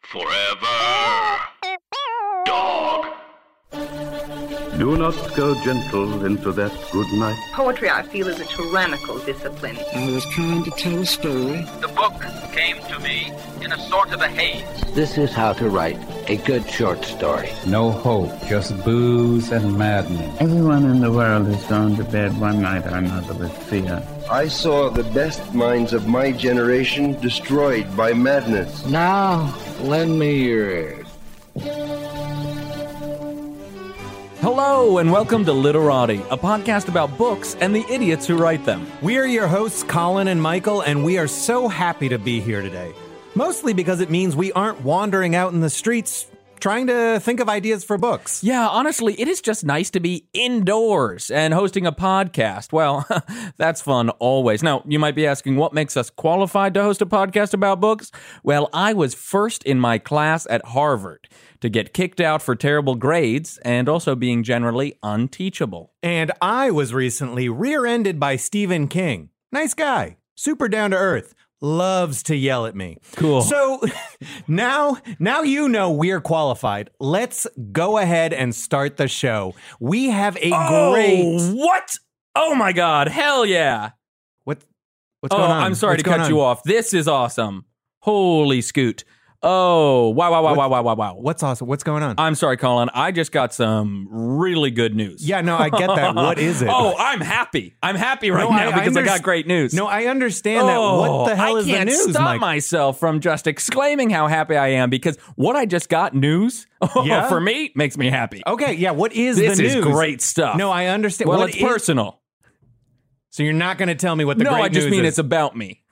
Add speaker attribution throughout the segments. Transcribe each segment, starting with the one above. Speaker 1: Forever. Dog.
Speaker 2: Do not go gentle into that good night.
Speaker 3: Poetry, I feel, is a tyrannical discipline.
Speaker 4: I was trying to tell a story.
Speaker 5: The book came to me in a sort of a haze.
Speaker 6: This is how to write a good short story.
Speaker 7: No hope, just booze and madness.
Speaker 8: Everyone in the world has gone to bed one night or another with fear.
Speaker 9: I saw the best minds of my generation destroyed by madness.
Speaker 6: Now, lend me your ears.
Speaker 10: Hello, and welcome to Literati, a podcast about books and the idiots who write them.
Speaker 11: We are your hosts, Colin and Michael, and we are so happy to be here today. Mostly because it means we aren't wandering out in the streets trying to think of ideas for books.
Speaker 10: Yeah, honestly, it is just nice to be indoors and hosting a podcast. Well, that's fun always. Now, you might be asking what makes us qualified to host a podcast about books? Well, I was first in my class at Harvard to get kicked out for terrible grades and also being generally unteachable.
Speaker 11: And I was recently rear ended by Stephen King. Nice guy, super down to earth loves to yell at me.
Speaker 10: Cool.
Speaker 11: So now now you know we're qualified. Let's go ahead and start the show. We have a
Speaker 10: oh,
Speaker 11: great
Speaker 10: What? Oh my god. Hell yeah.
Speaker 11: What what's
Speaker 10: oh,
Speaker 11: going on?
Speaker 10: I'm sorry
Speaker 11: What's
Speaker 10: to cut
Speaker 11: going
Speaker 10: you
Speaker 11: on?
Speaker 10: off. This is awesome. Holy scoot. Oh, wow wow wow wow wow wow wow.
Speaker 11: What's awesome? What's going on?
Speaker 10: I'm sorry, Colin. I just got some really good news.
Speaker 11: yeah, no, I get that. What is it?
Speaker 10: Oh, I'm happy. I'm happy right
Speaker 11: No,
Speaker 10: now
Speaker 11: I- I
Speaker 10: because I, got
Speaker 11: underst-
Speaker 10: great news. Oh,
Speaker 11: No, I understand that. What the hell
Speaker 10: I
Speaker 11: is the
Speaker 10: can't
Speaker 11: news,
Speaker 10: stop
Speaker 11: Mike?
Speaker 10: myself from just exclaiming how happy I am because what I just got news
Speaker 11: Yeah?
Speaker 10: for me makes me happy.
Speaker 11: Okay, yeah, what is
Speaker 10: this
Speaker 11: the news?
Speaker 10: is great stuff.
Speaker 11: No, I understand.
Speaker 10: Well,
Speaker 11: What
Speaker 10: it's
Speaker 11: is-
Speaker 10: personal.
Speaker 11: So you're not going to tell me what the
Speaker 10: no,
Speaker 11: great
Speaker 10: I just
Speaker 11: news
Speaker 10: mean
Speaker 11: is.
Speaker 10: it's about me.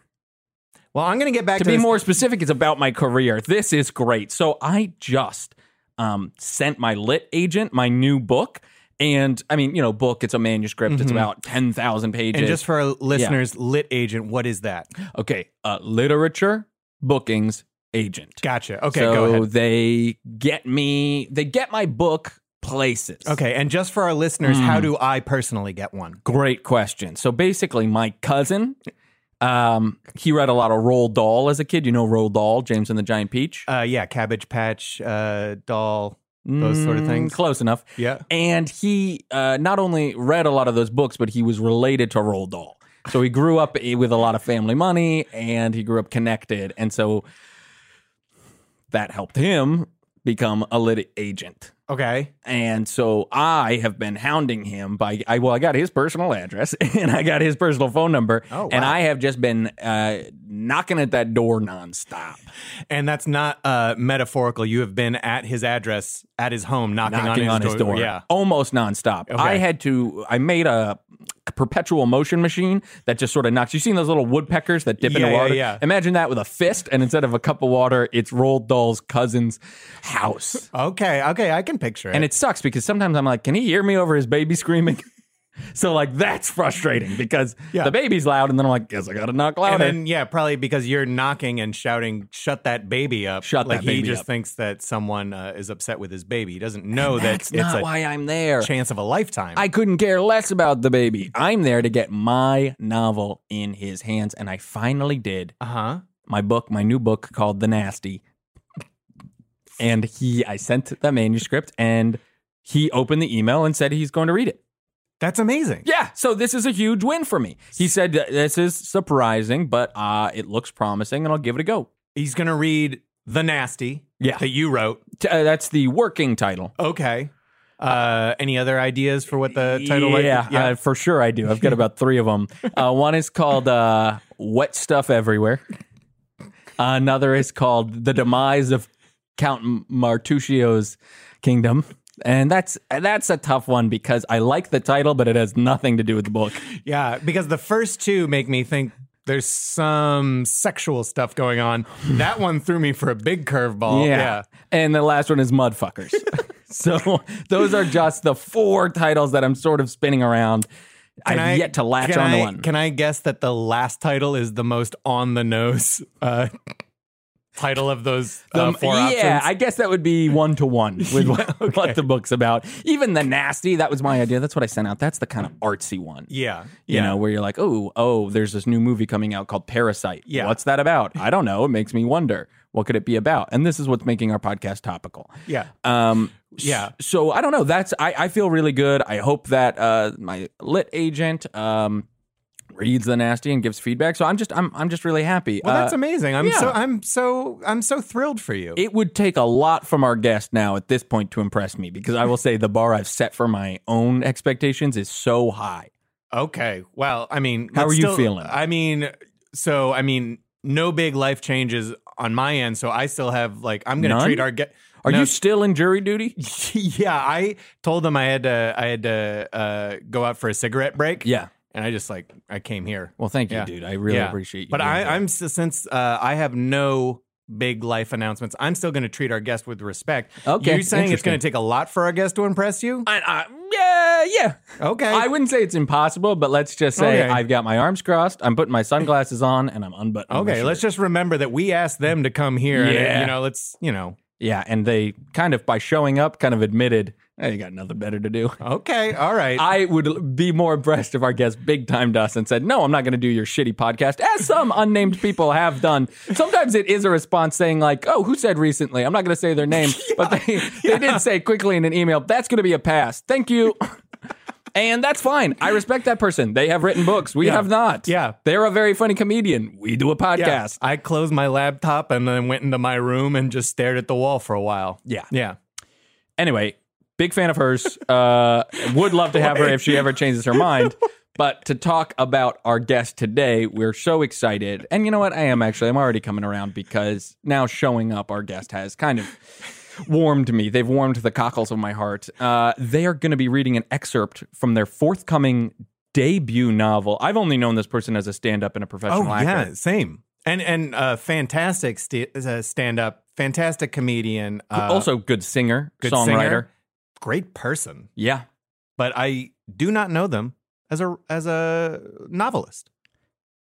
Speaker 11: Well, I'm going to get back to,
Speaker 10: to be
Speaker 11: this.
Speaker 10: more specific, it's about my career. This is great. So I just um, sent my lit agent my new book. And I mean, you know, book, it's a manuscript, it's about 10,000 pages.
Speaker 11: Mm-hmm. And just for our listeners, lit agent, what is that?
Speaker 10: okay, uh, literature bookings agent.
Speaker 11: Gotcha. Okay,
Speaker 10: so
Speaker 11: go ahead.
Speaker 10: they get me, they get my book places.
Speaker 11: Okay, and just for our listeners,
Speaker 10: Hmm.
Speaker 11: how do I personally get one?
Speaker 10: Great question. So basically, my cousin, um, he read a lot of Roald Dahl as a kid. You know Roald Dahl, James and the Giant Peach?
Speaker 11: Uh, yeah, Cabbage Patch, uh, doll, those sort of
Speaker 10: Mm,
Speaker 11: things.
Speaker 10: Close enough.
Speaker 11: Yeah.
Speaker 10: And he uh, not only read a lot of those books, but he was related to Roald Dahl. So he grew up i- with a lot of family money and he grew up connected. And so that helped him become a lit agent.
Speaker 11: Okay.
Speaker 10: And so I have been hounding him by I well I got his personal address and I got his personal phone number
Speaker 11: Oh, wow.
Speaker 10: and I have just been uh, knocking at that door nonstop.
Speaker 11: And that's not uh, metaphorical. You have been at his address, at his home, knocking,
Speaker 10: knocking
Speaker 11: on, his, door. Yeah.
Speaker 10: almost nonstop.
Speaker 11: Okay.
Speaker 10: I had to. I made a perpetual motion machine that just sort of knocks. You've seen those little woodpeckers that dip
Speaker 11: Yeah,
Speaker 10: into
Speaker 11: yeah,
Speaker 10: water.
Speaker 11: yeah.
Speaker 10: Imagine that with a fist, and instead of a cup of water, it's Roald Dahl's cousin's house.
Speaker 11: Okay. Okay. I can picture it.
Speaker 10: and it sucks because sometimes I'm like, can he hear me over his baby screaming? so like that's frustrating because
Speaker 11: Yeah.
Speaker 10: the baby's loud, and then I'm like, guess I gotta knock
Speaker 11: and
Speaker 10: louder.
Speaker 11: then, yeah, probably because you're knocking and shouting, shut that baby up.
Speaker 10: Shut
Speaker 11: like
Speaker 10: that
Speaker 11: he
Speaker 10: baby
Speaker 11: just
Speaker 10: up.
Speaker 11: thinks that someone uh, is upset with his baby. He doesn't know that
Speaker 10: that's
Speaker 11: it's
Speaker 10: not
Speaker 11: a
Speaker 10: why I'm there.
Speaker 11: chance of a lifetime.
Speaker 10: I couldn't care less about the baby. I'm there to get my novel in his hands, and I finally did.
Speaker 11: uh huh.
Speaker 10: my book, my new book called The Nasty. And he, I sent the manuscript and he opened the email and said he's going to read it.
Speaker 11: That's amazing.
Speaker 10: Yeah, so this is a huge win for me. He said, This is surprising, but uh, it looks promising and I'll give it a go.
Speaker 11: He's going to read The Nasty,
Speaker 10: Yeah.
Speaker 11: that you wrote.
Speaker 10: T- uh, that's the working title.
Speaker 11: Okay. Uh, any other ideas for what the title might be?
Speaker 10: yeah, uh, for sure I do. I've got about three of them. Uh, one is called uh, "Wet Stuff Everywhere." Another is called "The Demise of Count Martuccio's Kingdom," and that's that's a tough one because I like the title, but it has nothing to do with the book.
Speaker 11: Yeah, because the first two make me think there's some sexual stuff going on. That one threw me for a big curveball. Yeah.
Speaker 10: and the last one is "Mudfuckers." so those are just the four titles that I'm sort of spinning around.
Speaker 11: Can
Speaker 10: I've
Speaker 11: I-
Speaker 10: yet to latch
Speaker 11: can
Speaker 10: on to
Speaker 11: I-
Speaker 10: one.
Speaker 11: Can I guess that the last title is the most on the nose uh, title of those uh,
Speaker 10: Um,
Speaker 11: four
Speaker 10: yeah,
Speaker 11: options?
Speaker 10: I guess that would be one to one with what, what the book's about. Even the nasty, that was my idea. That's what I sent out. That's the kind of artsy one.
Speaker 11: yeah.
Speaker 10: You know, where you're like, oh, oh, there's this new movie coming out called Parasite.
Speaker 11: Yeah.
Speaker 10: What's that about? I don't know. It makes me wonder. What could it be about? And this is what's making our podcast topical.
Speaker 11: Yeah.
Speaker 10: Um,
Speaker 11: Yeah.
Speaker 10: s- So I don't know. That's I, I feel really good. I hope that uh, my lit agent um, reads the nasty and gives feedback. So I'm just I'm I'm just really happy.
Speaker 11: Well, that's
Speaker 10: Uh,
Speaker 11: amazing. I'm
Speaker 10: yeah.
Speaker 11: so I'm so I'm so thrilled for you.
Speaker 10: it would take a lot from our guest now at this point to impress me because I will say the bar I've set for my own expectations is so high.
Speaker 11: Okay. Well, I mean,
Speaker 10: How
Speaker 11: let's
Speaker 10: are you feeling?
Speaker 11: I mean, so I mean, no big life changes on my end. So I still have like I'm going to
Speaker 10: None?
Speaker 11: treat our get.
Speaker 10: Are you still in jury duty?
Speaker 11: yeah, I told them I had to. I had to uh, go out for a cigarette break.
Speaker 10: Yeah.
Speaker 11: and I just like I came here.
Speaker 10: Well, thank you,
Speaker 11: Yeah.
Speaker 10: dude. I really
Speaker 11: Yeah.
Speaker 10: appreciate you.
Speaker 11: But
Speaker 10: doing
Speaker 11: I,
Speaker 10: that.
Speaker 11: I'm s- since uh, I have no big life announcements, I'm still going to treat our guest with respect.
Speaker 10: Okay,
Speaker 11: you're saying it's going to
Speaker 10: interesting.
Speaker 11: take a lot for our guest to impress you.
Speaker 10: I, I, uh, yeah, yeah.
Speaker 11: Okay,
Speaker 10: I wouldn't say it's impossible, but let's just say
Speaker 11: Okay.
Speaker 10: I've got my arms crossed. I'm putting my sunglasses on and I'm unbuttoning. my
Speaker 11: Okay, let's
Speaker 10: shirt.
Speaker 11: just remember that we asked them to come here. And,
Speaker 10: Yeah.
Speaker 11: uh, you know, let's, you know.
Speaker 10: Yeah, and they kind of by showing up, kind of admitted, "Hey, you got nothing better to do."
Speaker 11: Okay, all right.
Speaker 10: I would be more impressed if our guest big timed us and said, No, I'm not going to do your shitty podcast, as some unnamed people have done. Sometimes it is a response saying, like, oh, who said recently? I'm not going to say their name, but they, they did say quickly in an email, that's going to be a pass. Thank you. and that's fine. I respect that person. They have written books. We
Speaker 11: Yeah.
Speaker 10: have not.
Speaker 11: Yeah.
Speaker 10: They're a very funny comedian. We do a
Speaker 11: Yeah,
Speaker 10: podcast.
Speaker 11: I closed my laptop and then went into my room and just stared at the wall for a while.
Speaker 10: Yeah.
Speaker 11: Yeah.
Speaker 10: Anyway, big fan of hers. Uh, would love to have her if she ever changes her mind. But to talk about our guest today, we're so excited. And you know what? I am actually. I'm already coming around because now showing up, our guest has kind of warmed me. They've warmed the cockles of my heart. Uh, they are going to be reading an excerpt from their forthcoming debut novel. I've only known this person as a stand up and a professional actor.
Speaker 11: Oh, same. And and uh, fantastic st- uh, stand up, fantastic comedian. Uh,
Speaker 10: also, good singer,
Speaker 11: good
Speaker 10: songwriter.
Speaker 11: singer, great person.
Speaker 10: Yeah.
Speaker 11: But I do not know them as a as a novelist.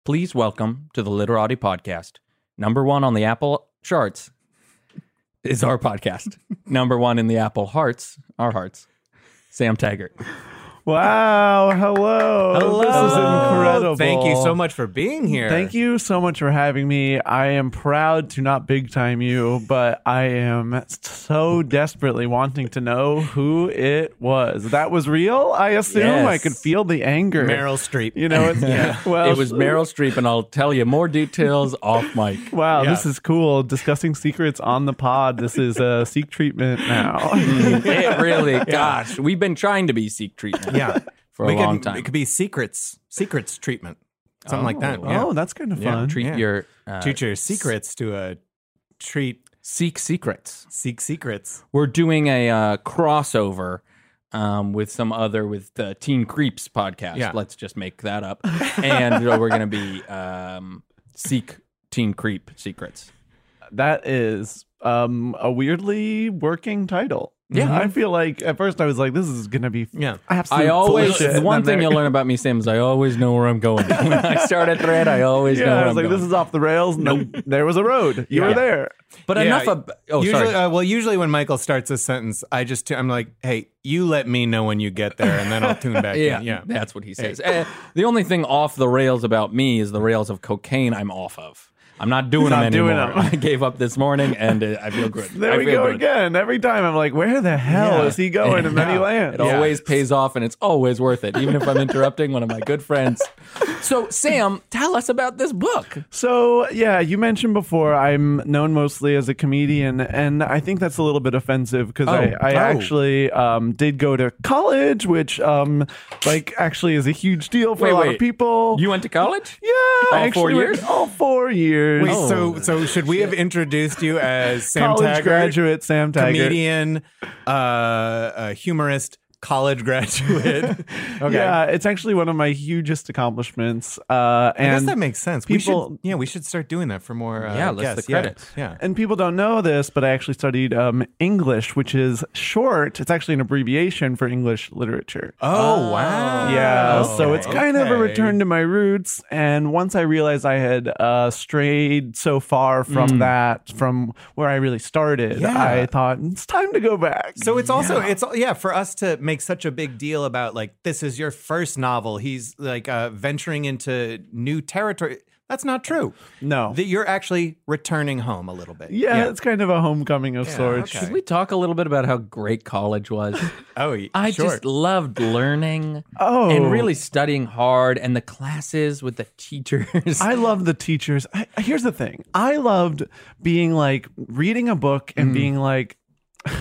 Speaker 10: please welcome to the Literati Podcast. Number one on the Apple charts is our podcast. Number one in the Apple hearts, our hearts. Sam Taggart.
Speaker 12: Wow, hello. Oh, This is incredible.
Speaker 11: Thank you so much for being here.
Speaker 12: Thank you so much for having me. I am proud to not big time you, but I am so desperately wanting to know who it was. That was real, I assume.
Speaker 10: Yes.
Speaker 12: I could feel the anger.
Speaker 11: Meryl Streep.
Speaker 12: You know, it's, well,
Speaker 10: it was Meryl Streep, and I'll tell you more details off mic.
Speaker 12: Wow,
Speaker 11: Yeah.
Speaker 12: this is cool. Discussing secrets on the pod. This is a uh, seek treatment now.
Speaker 10: It really, gosh, we've been trying to be seek treatment
Speaker 11: Yeah.
Speaker 10: for
Speaker 11: We
Speaker 10: a
Speaker 11: could-
Speaker 10: long time.
Speaker 11: It could be secrets, secrets treatment, something like that.
Speaker 10: Oh.
Speaker 11: Yeah.
Speaker 12: Oh, that's kind of
Speaker 10: Yeah,
Speaker 12: fun.
Speaker 10: treat
Speaker 11: Yeah.
Speaker 10: your uh,
Speaker 11: Teach your secrets to a treat,
Speaker 10: seek secrets.
Speaker 11: seek secrets.
Speaker 10: We're doing a uh, crossover um, with some other with the Teen Creeps podcast.
Speaker 11: Yeah.
Speaker 10: Let's just make that up, and uh, we're gonna be um, seek Teen Creep secrets.
Speaker 12: That is um, a weirdly working title. Mm-hmm.
Speaker 10: Yeah.
Speaker 12: I feel like at first I was like, this is gonna be
Speaker 11: Yeah.
Speaker 12: absolute
Speaker 10: I always
Speaker 12: bullshit.
Speaker 10: one
Speaker 12: And then
Speaker 10: thing you'll
Speaker 12: there-
Speaker 10: learn about me, Sam, is I always know where I'm going. when I start a thread, I always know
Speaker 12: Yeah,
Speaker 10: where
Speaker 12: I was
Speaker 10: I'm
Speaker 12: like,
Speaker 10: going.
Speaker 12: this is off the rails. No, there was a road. You
Speaker 11: Yeah.
Speaker 12: were there.
Speaker 10: but
Speaker 11: Yeah,
Speaker 10: enough of. Oh,
Speaker 11: usually,
Speaker 10: sorry.
Speaker 11: Uh, well, usually when Michael starts a sentence, I just I'm like, hey, you let me know when you get there, and then I'll tune back
Speaker 10: yeah,
Speaker 11: in. Yeah,
Speaker 10: that's what he says.
Speaker 11: Hey.
Speaker 10: Uh, the only thing off the rails about me is the rails of cocaine I'm off of. I'm not doing
Speaker 12: Not
Speaker 10: them
Speaker 12: doing
Speaker 10: anymore.
Speaker 12: them.
Speaker 10: I gave up this morning, and uh, I feel good.
Speaker 12: There
Speaker 10: I
Speaker 12: we
Speaker 10: feel
Speaker 12: go
Speaker 10: good.
Speaker 12: again. Every time I'm like, where the hell
Speaker 11: Yeah.
Speaker 12: is he going? And then he
Speaker 11: Yeah.
Speaker 12: lands.
Speaker 10: It always pays off and it's always worth it, even if I'm interrupting one of my good friends. So, Sam, tell us about this book.
Speaker 12: So, yeah, you mentioned before I'm known mostly as a comedian, and I think that's a little bit offensive because I,
Speaker 11: Oh.
Speaker 12: I
Speaker 11: Oh.
Speaker 12: actually um, did go to college, which um, like actually is a huge deal for
Speaker 10: Wait,
Speaker 12: a lot
Speaker 10: wait.
Speaker 12: of people.
Speaker 10: You went to college?
Speaker 12: Yeah,
Speaker 10: All
Speaker 12: I
Speaker 10: four
Speaker 12: actually went
Speaker 10: years?
Speaker 12: All four years.
Speaker 11: Wait, so so should we have introduced you as Sam
Speaker 12: oh, college
Speaker 11: Taggart,
Speaker 12: graduate Sam Taggart.
Speaker 11: comedian, uh, uh, humorist, college graduate? Okay,
Speaker 12: Yeah, it's actually one of my hugest accomplishments. Uh, and
Speaker 11: I guess that makes sense.
Speaker 12: People,
Speaker 11: we should, yeah, we should start doing that for more. Uh,
Speaker 10: Yeah, list the
Speaker 11: guests. Yeah,
Speaker 10: credits.
Speaker 11: Yeah,
Speaker 12: And people don't know this, but I actually studied um, English, which is short. It's actually an abbreviation for English literature.
Speaker 11: Oh, wow.
Speaker 12: Yeah, so it's kind of a
Speaker 11: Oh, Okay.
Speaker 12: return to my roots. And once I realized I had uh, strayed so far from
Speaker 11: Mm.
Speaker 12: that, from where I really started,
Speaker 11: Yeah.
Speaker 12: I thought it's time to go back.
Speaker 11: So it's also it's yeah for us to make such a big deal about like this is your first novel. He's like uh, venturing into new territory. That's not true.
Speaker 12: No.
Speaker 11: that you're actually returning home a little bit.
Speaker 12: yeah, it's kind of a homecoming of sorts.
Speaker 10: Should we talk a little bit about how great college was?
Speaker 11: Oh, y-
Speaker 10: I
Speaker 11: sure.
Speaker 10: just loved learning
Speaker 12: Oh.
Speaker 10: and really studying hard and the classes with the teachers.
Speaker 12: I love the teachers. I, here's the thing. I loved being like reading a book and
Speaker 11: Mm.
Speaker 12: being like,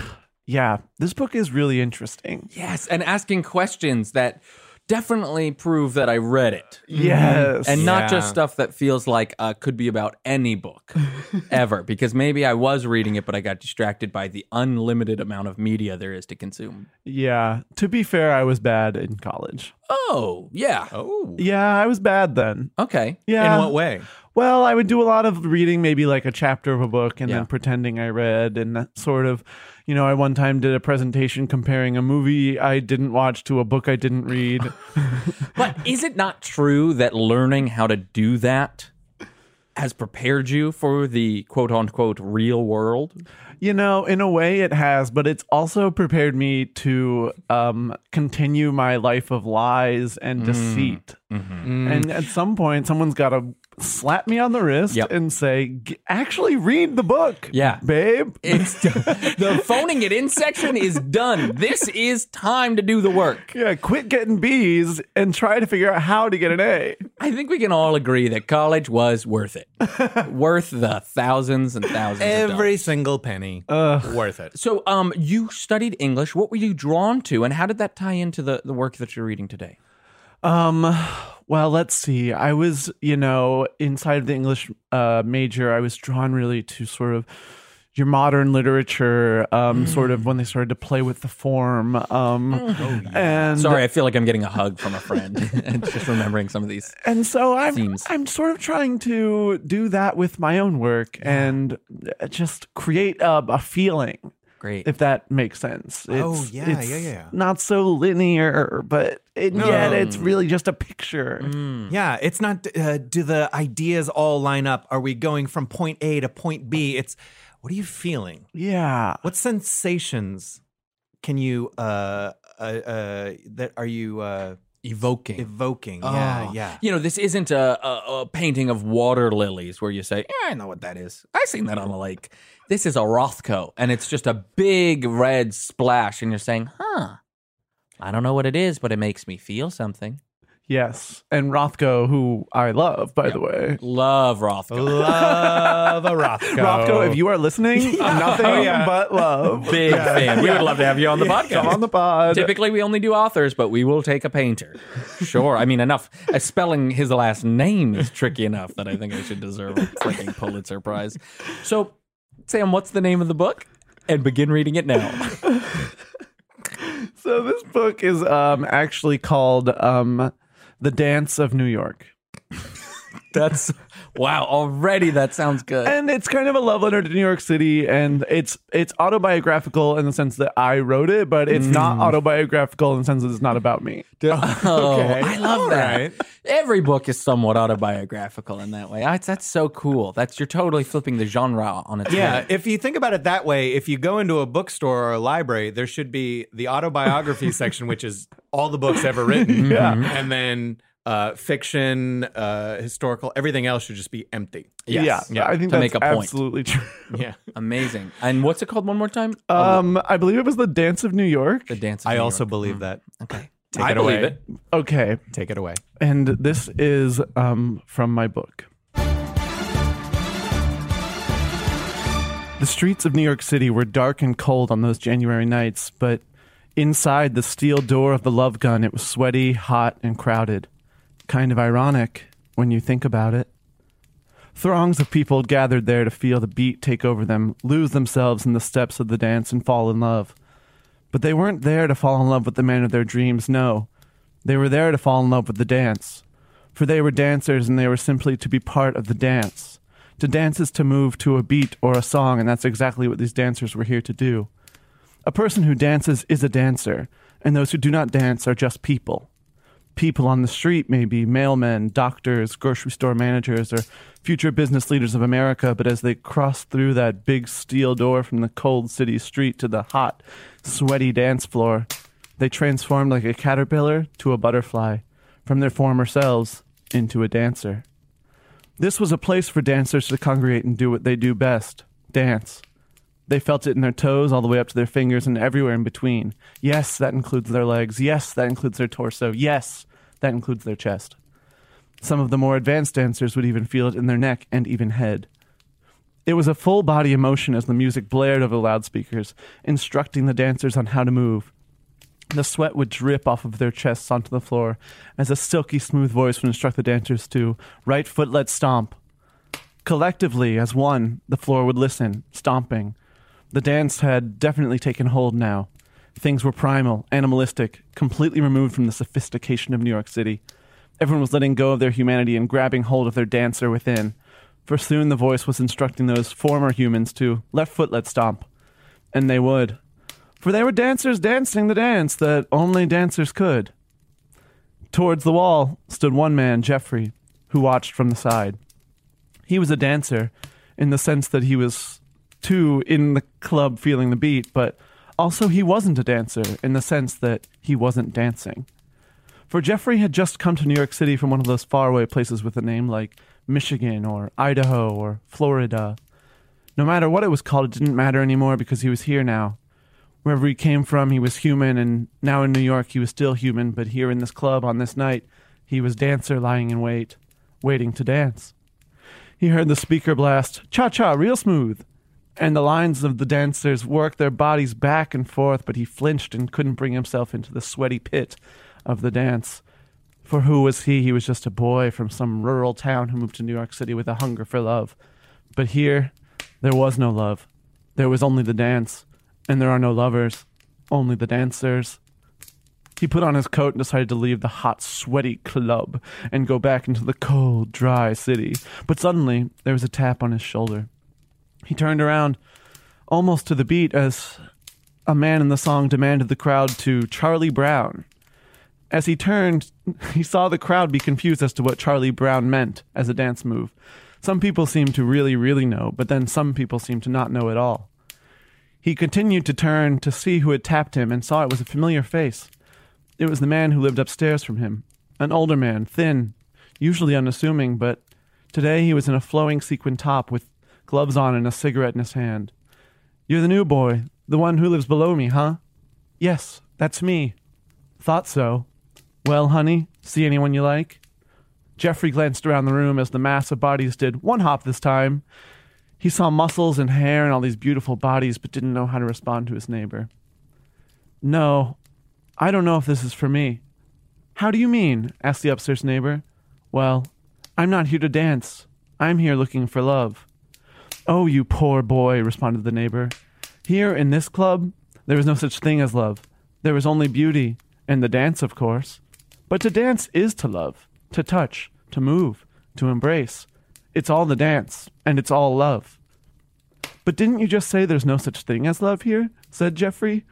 Speaker 12: yeah, this book is really interesting.
Speaker 10: Yes, and asking questions that definitely prove that I read it.
Speaker 11: Mm-hmm.
Speaker 12: Yes.
Speaker 10: And not just
Speaker 11: Yeah.
Speaker 10: stuff that feels like uh, could be about any book ever, because maybe I was reading it, but I got distracted by the unlimited amount of media there is to consume.
Speaker 12: Yeah. To be fair, I was bad in college.
Speaker 10: Oh, yeah.
Speaker 11: Oh,
Speaker 12: Yeah, I was bad then.
Speaker 10: Okay.
Speaker 12: Yeah.
Speaker 11: in what way?
Speaker 12: Well, I would do a lot of reading, maybe like a chapter of a book and
Speaker 10: Yeah.
Speaker 12: then pretending I read and that sort of, you know, I one time did a presentation comparing a movie I didn't watch to a book I didn't read.
Speaker 10: But is it not true that learning how to do that has prepared you for the quote unquote real world?
Speaker 12: You know, in a way it has, but it's also prepared me to um, continue my life of lies and
Speaker 10: Mm.
Speaker 12: deceit.
Speaker 10: Mm-hmm.
Speaker 12: And at some point, someone's got to slap me on the wrist
Speaker 10: Yep.
Speaker 12: and say, "G- actually read the book.
Speaker 10: Yeah.
Speaker 12: Babe.
Speaker 10: It's the phoning it in section is done. This is time to do the work.
Speaker 12: yeah, quit getting B's and try to figure out how to get an A.
Speaker 10: I think we can all agree that college was worth it. worth the thousands and thousands of
Speaker 11: Every
Speaker 10: dollars.
Speaker 11: single penny worth it.
Speaker 10: So um you studied English. What were you drawn to and how did that tie into the, the work that you're reading today?
Speaker 12: Um, well, let's see. I was, you know, inside of the English uh, major, I was drawn really to sort of your modern literature, um, sort
Speaker 11: Mm.
Speaker 12: of when they started to play with the form. Um,
Speaker 11: Oh,
Speaker 12: and
Speaker 10: Sorry, I feel like I'm getting a hug from a friend and just remembering some of these.
Speaker 12: and so I'm
Speaker 10: Seems.
Speaker 12: I'm sort of trying to do that with my own work and uh, just create a, a feeling,
Speaker 10: Great.
Speaker 12: if that makes sense. It's,
Speaker 11: Oh, yeah, yeah,
Speaker 12: it's
Speaker 11: yeah.
Speaker 12: Not so linear, but and
Speaker 11: No. Mm.
Speaker 12: yet it's really just a picture.
Speaker 10: mm.
Speaker 11: Yeah, it's not. Uh, do the ideas all line up? Are we going from point A to point B? It's what are you feeling?
Speaker 12: Yeah.
Speaker 11: What sensations can you uh uh, uh that are you uh
Speaker 10: Evoking.
Speaker 11: evoking?
Speaker 10: Oh.
Speaker 11: Yeah, yeah.
Speaker 10: You know, this isn't a, a, a painting of water lilies where you say, "Yeah, I know what that is. I've seen that on a lake. This is a Rothko, and it's just a big red splash, and you're saying, huh, I don't know what it is, but it makes me feel something.
Speaker 12: Yes, and Rothko, who I love, by the way.
Speaker 10: Love Rothko.
Speaker 11: Love a Rothko.
Speaker 12: Rothko, if you are listening, nothing but love.
Speaker 10: Oh, Big fan. We would love to have you on the podcast.
Speaker 12: Come on the
Speaker 11: Uh,
Speaker 12: pod.
Speaker 10: Typically, we only do authors, but we will take a painter. Sure. I mean, enough. Uh, spelling his last name is tricky enough that I think I should deserve a freaking Pulitzer Prize. So, Sam, what's the name of the book? And begin reading it now.
Speaker 12: So this book is um, actually called um, "The Dance of New York,"
Speaker 10: That's wow. Already that sounds good.
Speaker 12: and it's kind of a love letter to New York City, and it's it's autobiographical in the sense that I wrote it, but it's
Speaker 10: Mm.
Speaker 12: not autobiographical in the sense that it's not about me.
Speaker 10: Oh, I love
Speaker 11: All
Speaker 10: that.
Speaker 11: right.
Speaker 10: Every book is somewhat autobiographical in that way. I, that's so cool. That's you're totally flipping the genre on its
Speaker 11: Yeah,
Speaker 10: head.
Speaker 11: if you think about it that way, if you go into a bookstore or a library, there should be the autobiography section, which is all the books ever
Speaker 10: Mm-hmm.
Speaker 11: written.
Speaker 12: Yeah.
Speaker 11: And then uh, fiction, uh, historical, everything else should just be empty.
Speaker 10: Yes.
Speaker 12: Yeah, I think
Speaker 10: To
Speaker 12: that's
Speaker 10: make a point.
Speaker 12: absolutely true.
Speaker 11: Yeah.
Speaker 10: Amazing. And what's it called one more time?
Speaker 12: Um, I believe it was "The Dance of New York."
Speaker 10: the dance. Of
Speaker 11: Uh, I
Speaker 10: New
Speaker 11: also
Speaker 10: York.
Speaker 11: believe that.
Speaker 10: Okay.
Speaker 11: Take
Speaker 10: I
Speaker 11: it away.
Speaker 10: believe it.
Speaker 12: Okay.
Speaker 11: Take it away.
Speaker 12: And this is um, from my book. The streets of New York City were dark and cold on those January nights, but inside the steel door of the Love Gun, it was sweaty, hot, and crowded. Kind of ironic when you think about it. Throngs of people gathered there to feel the beat take over them, lose themselves in the steps of the dance, and fall in love. But they weren't there to fall in love with the man of their dreams, no. They were there to fall in love with the dance. For they were dancers and they were simply to be part of the dance. To dance is to move to a beat or a song, and that's exactly what these dancers were here to do. A person who dances is a dancer, and those who do not dance are just people. People on the street may be mailmen, doctors, grocery store managers, or future business leaders of America, but as they cross through that big steel door from the cold city street to the hot, sweaty dance floor, they transform like a caterpillar to a butterfly, from their former selves into a dancer. This was a place for dancers to congregate and do what they do best dance. They felt it in their toes, all the way up to their fingers, and everywhere in between. Yes, that includes their legs. Yes, that includes their torso. Yes, that includes their chest. Some of the more advanced dancers would even feel it in their neck and even head. It was a full body emotion as the music blared over the loudspeakers, instructing the dancers on how to move. The sweat would drip off of their chests onto the floor as a silky smooth voice would instruct the dancers to right foot, let's stomp. Collectively, as one, the floor would listen, stomping. The dance had definitely taken hold now. Things were primal, animalistic, completely removed from the sophistication of New York City. Everyone was letting go of their humanity and grabbing hold of their dancer within. For soon the voice was instructing those former humans to left foot, let's stomp. And they would. For they were dancers dancing the dance that only dancers could. Towards the wall stood one man, Jeffrey, who watched from the side he was a dancer in the sense that he was too in the club feeling the beat, but also he wasn't a dancer in the sense that he wasn't dancing. For Jeffrey had just come to New York City from one of those faraway places with a name like Michigan or Idaho or Florida. No matter what it was called, it didn't matter anymore because he was here now. Wherever he came from, he was human, and now in New York, he was still human, but here in this club on this night, he was dancer lying in wait, waiting to dance he heard the speaker blast, cha cha, real smooth. And the lines of the dancers worked their bodies back and forth, but he flinched and couldn't bring himself into the sweaty pit of the dance. For who was he? He was just a boy from some rural town who moved to New York City with a hunger for love. But here, there was no love. There was only the dance, and there are no lovers, only the dancers. He put on his coat and decided to leave the hot, sweaty club and go back into the cold, dry city. But suddenly, there was a tap on his shoulder. He turned around almost to the beat as a man in the song demanded the crowd to Charlie Brown. As he turned, he saw the crowd be confused as to what Charlie Brown meant as a dance move. Some people seemed to really, really know, but then some people seemed to not know at all. He continued to turn to see who had tapped him and saw it was a familiar face. It was the man who lived upstairs from him, an older man, thin, usually unassuming, but today he was in a flowing sequin top with gloves on and a cigarette in his hand. You're the new boy, the one who lives below me, huh? Yes, that's me. Thought so. Well, honey, see anyone you like? Jeffrey glanced around the room as the mass of bodies did one hop this time. He saw muscles and hair and all these beautiful bodies, but didn't know how to respond to his neighbor. No, I don't know if this is for me. How do you mean? asked the upstairs neighbor. Well, I'm not here to dance. I'm here looking for love. Oh, you poor boy, responded the neighbor. Here in this club, there is no such thing as love. There is only beauty, and the dance, of course. But to dance is to love, to touch, to move, to embrace. It's all the dance, and it's all love. But didn't you just say there's no such thing as love here? said Geoffrey.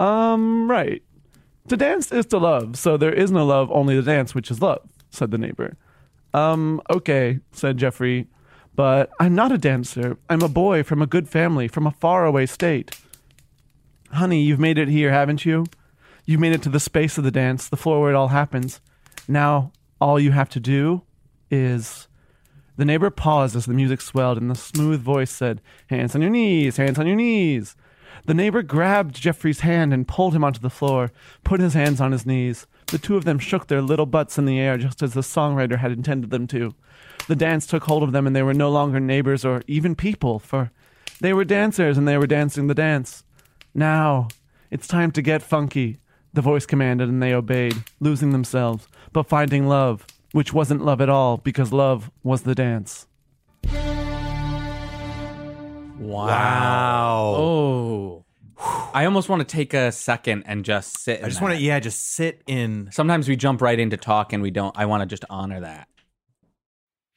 Speaker 12: Um, right. To dance is to love, so there is no love, only the dance, which is love, said the neighbor. Um, okay, said Jeffrey, but I'm not a dancer. I'm a boy from a good family, from a faraway state. Honey, you've made it here, haven't you? You've made it to the space of the dance, the floor where it all happens. Now, all you have to do is. The neighbor paused as the music swelled, and the smooth voice said, Hands on your knees, hands on your knees. The neighbor grabbed Jeffrey's hand and pulled him onto the floor, put his hands on his knees. The two of them shook their little butts in the air just as the songwriter had intended them to. The dance took hold of them, and they were no longer neighbors or even people, for they were dancers and they were dancing the dance. Now, it's time to get funky. The voice commanded, and they obeyed, losing themselves, but finding love, which wasn't love at all, because love was the dance.
Speaker 10: Wow.
Speaker 11: Wow.
Speaker 10: Oh. I almost want to take a second and just sit.
Speaker 11: I just want to, yeah, just sit in.
Speaker 10: Sometimes we jump right into talk and we don't. I want to just honor that.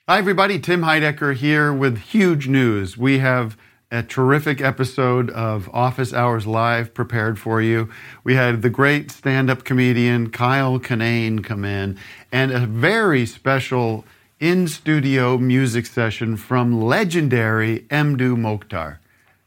Speaker 13: Hi, everybody. Tim Heidecker here with huge news. We have a terrific episode of Office Hours Live prepared for you. We had the great stand up comedian Kyle Kinane come in and a very special in studio music session from legendary Mdu Mokhtar.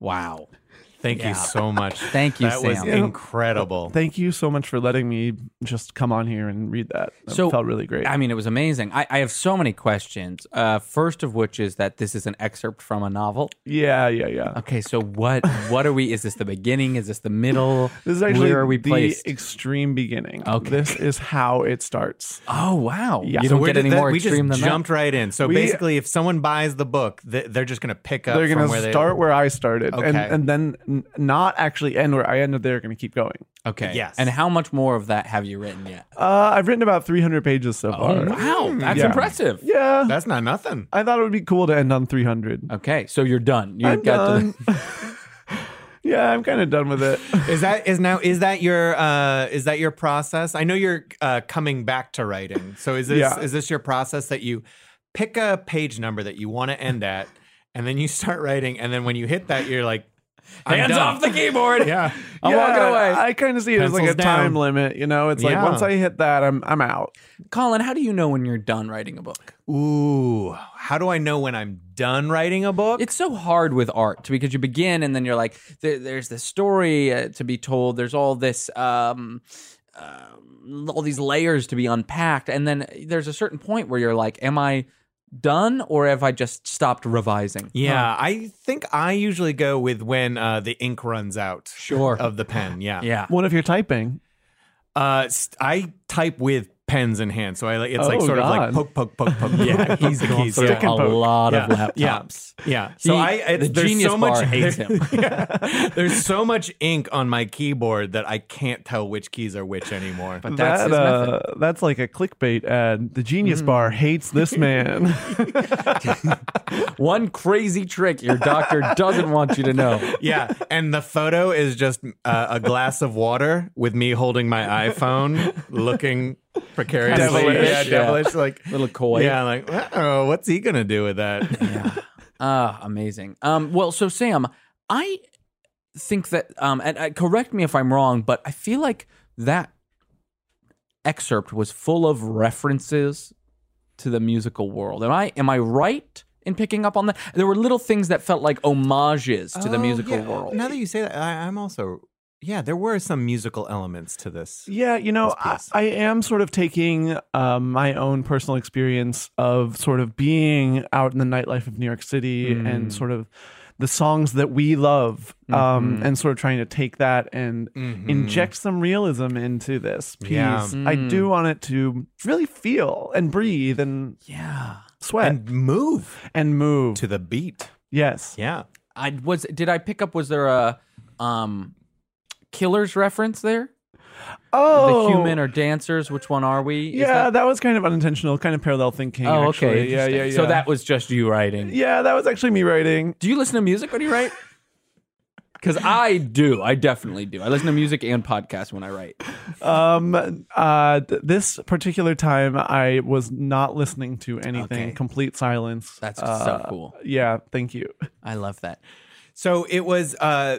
Speaker 10: Wow.
Speaker 11: Thank
Speaker 10: Yeah.
Speaker 11: you so much.
Speaker 10: Thank you,
Speaker 11: That was
Speaker 10: Sam.
Speaker 11: incredible.
Speaker 12: Thank you so much for letting me just come on here and read that. That felt really great.
Speaker 10: I mean, it was amazing. I, I have so many questions. Uh, first of which is that this is an excerpt from a novel.
Speaker 12: yeah, yeah, yeah.
Speaker 10: Okay, so what what are we? Is this the beginning? Is this the middle?
Speaker 12: This is actually
Speaker 10: where are we
Speaker 12: the
Speaker 10: placed?
Speaker 12: extreme beginning.
Speaker 10: Okay.
Speaker 12: This is how it starts.
Speaker 10: oh wow!
Speaker 12: Yeah.
Speaker 10: You
Speaker 12: So
Speaker 10: don't
Speaker 11: Where
Speaker 10: get
Speaker 11: did
Speaker 10: any
Speaker 11: that-
Speaker 10: more
Speaker 11: we just
Speaker 10: extreme than that.
Speaker 11: jumped right in. So
Speaker 12: We-
Speaker 11: basically, if someone buys the book, th- they're just going to pick up.
Speaker 12: They're
Speaker 11: going
Speaker 12: to
Speaker 11: to
Speaker 12: start where I started and,
Speaker 11: Okay.
Speaker 12: and then n- not actually end where I ended. They're going to keep going.
Speaker 10: Okay.
Speaker 11: Yes.
Speaker 10: And how much more of that have you written yet?
Speaker 12: Uh, I've written about 300 pages
Speaker 10: Oh,
Speaker 12: so far.
Speaker 10: wow,
Speaker 12: Oh,
Speaker 10: that's
Speaker 12: Yeah.
Speaker 10: impressive.
Speaker 12: Yeah.
Speaker 11: That's not nothing.
Speaker 12: I thought it would be cool to end on 300.
Speaker 10: Okay, so you're done. You
Speaker 12: I'm
Speaker 10: got to
Speaker 12: done. yeah, I'm kind of done with it.
Speaker 11: Is that is now is that your uh is that your process? I know you're uh coming back to writing. So is this
Speaker 12: Yeah.
Speaker 11: is this your process that you pick a page number that you want to end at and then you start writing and then when you hit that you're like I'm
Speaker 10: hands
Speaker 11: done.
Speaker 10: off the keyboard.
Speaker 11: Yeah.
Speaker 10: I'm
Speaker 12: yeah,
Speaker 10: walking away.
Speaker 12: I kind of see it as like a
Speaker 11: Pencils down.
Speaker 12: time limit. You know, it's like
Speaker 11: Yeah.
Speaker 12: once I hit that, I'm I'm out.
Speaker 10: Colin, how do you know when you're done writing a book?
Speaker 11: Ooh, how do I know when I'm done writing a book?
Speaker 10: It's so hard with art because you begin and then you're like, there, there's this story uh, to be told. There's all this, um, um all these layers to be unpacked, and then there's a certain point where you're like, am I done or have I just stopped revising?
Speaker 11: yeah, I think I usually go with when uh, the ink runs out
Speaker 10: Sure.
Speaker 11: of the pen. Yeah.
Speaker 10: yeah.
Speaker 12: What if you're typing?
Speaker 11: Uh, st- I type with pens in hand, so I like it's like
Speaker 12: Oh,
Speaker 11: sort
Speaker 12: God.
Speaker 11: of like poke, poke, poke, poke. Yeah, he's
Speaker 10: Gone
Speaker 11: he's
Speaker 10: through
Speaker 11: yeah.
Speaker 10: a lot of
Speaker 11: Yeah. Yeah.
Speaker 10: laptops.
Speaker 11: Yeah. So
Speaker 10: He-
Speaker 11: I I-
Speaker 10: the
Speaker 11: there's
Speaker 10: Genius
Speaker 11: so much,
Speaker 10: Bar hates him.
Speaker 11: Yeah. there's so much ink on my keyboard that I can't tell which keys are which anymore.
Speaker 10: But that's
Speaker 12: that,
Speaker 10: his method.
Speaker 12: uh, that's like a clickbait ad. The Genius Bar hates this man.
Speaker 10: One crazy trick your doctor doesn't want you to know.
Speaker 11: yeah, and the photo is just uh, a glass of water with me holding my iPhone, looking precariously,
Speaker 10: Devilish.
Speaker 11: yeah,
Speaker 10: Yeah.
Speaker 11: devilish, like
Speaker 10: Little coy.
Speaker 11: Yeah, like oh, what's he gonna do with that?
Speaker 10: Ah, amazing. Um, well, so Sam, I think that, um, and uh, correct me if I'm wrong, but I feel like that excerpt was full of references to the musical world. Am I am I right in picking up on that? There were little things that felt like homages to the
Speaker 11: Oh,
Speaker 10: musical
Speaker 11: yeah.
Speaker 10: world.
Speaker 11: Now that you say that, I, I'm also yeah. There were some musical elements to this.
Speaker 12: Yeah, you know,
Speaker 11: this
Speaker 12: I,
Speaker 11: piece.
Speaker 12: I am sort of taking um, my own personal experience of sort of being out in the nightlife of New York City
Speaker 11: Mm.
Speaker 12: and sort of the songs that we love
Speaker 11: Mm-hmm.
Speaker 12: um, and sort of trying to take that and inject some realism into this piece.
Speaker 11: Yeah.
Speaker 12: I
Speaker 10: Mm.
Speaker 12: do want it to really feel and breathe and
Speaker 10: yeah.
Speaker 12: sweat and,
Speaker 11: and move
Speaker 12: move.
Speaker 11: to the beat.
Speaker 12: yes.
Speaker 11: Yeah.
Speaker 10: I was did I pick up was there a um Killers reference there?
Speaker 12: Oh,
Speaker 10: The human or dancers, which one are we? Is
Speaker 12: yeah,
Speaker 10: that-
Speaker 12: that-, was kind of unintentional, kind of parallel thinking.
Speaker 10: Oh, okay.
Speaker 12: actually. Yeah, yeah,
Speaker 10: interesting.
Speaker 12: yeah.
Speaker 10: So that was just you writing.
Speaker 12: yeah, that was actually me writing.
Speaker 10: Do you listen to music when you write? Because I do. I definitely do. I listen to music and podcasts when I write.
Speaker 12: Um, uh, th- this particular time, I was not listening to anything.
Speaker 10: Okay.
Speaker 12: Complete silence.
Speaker 10: That's
Speaker 12: Uh,
Speaker 10: so cool.
Speaker 12: Yeah, thank you.
Speaker 10: I love that.
Speaker 11: So it was uh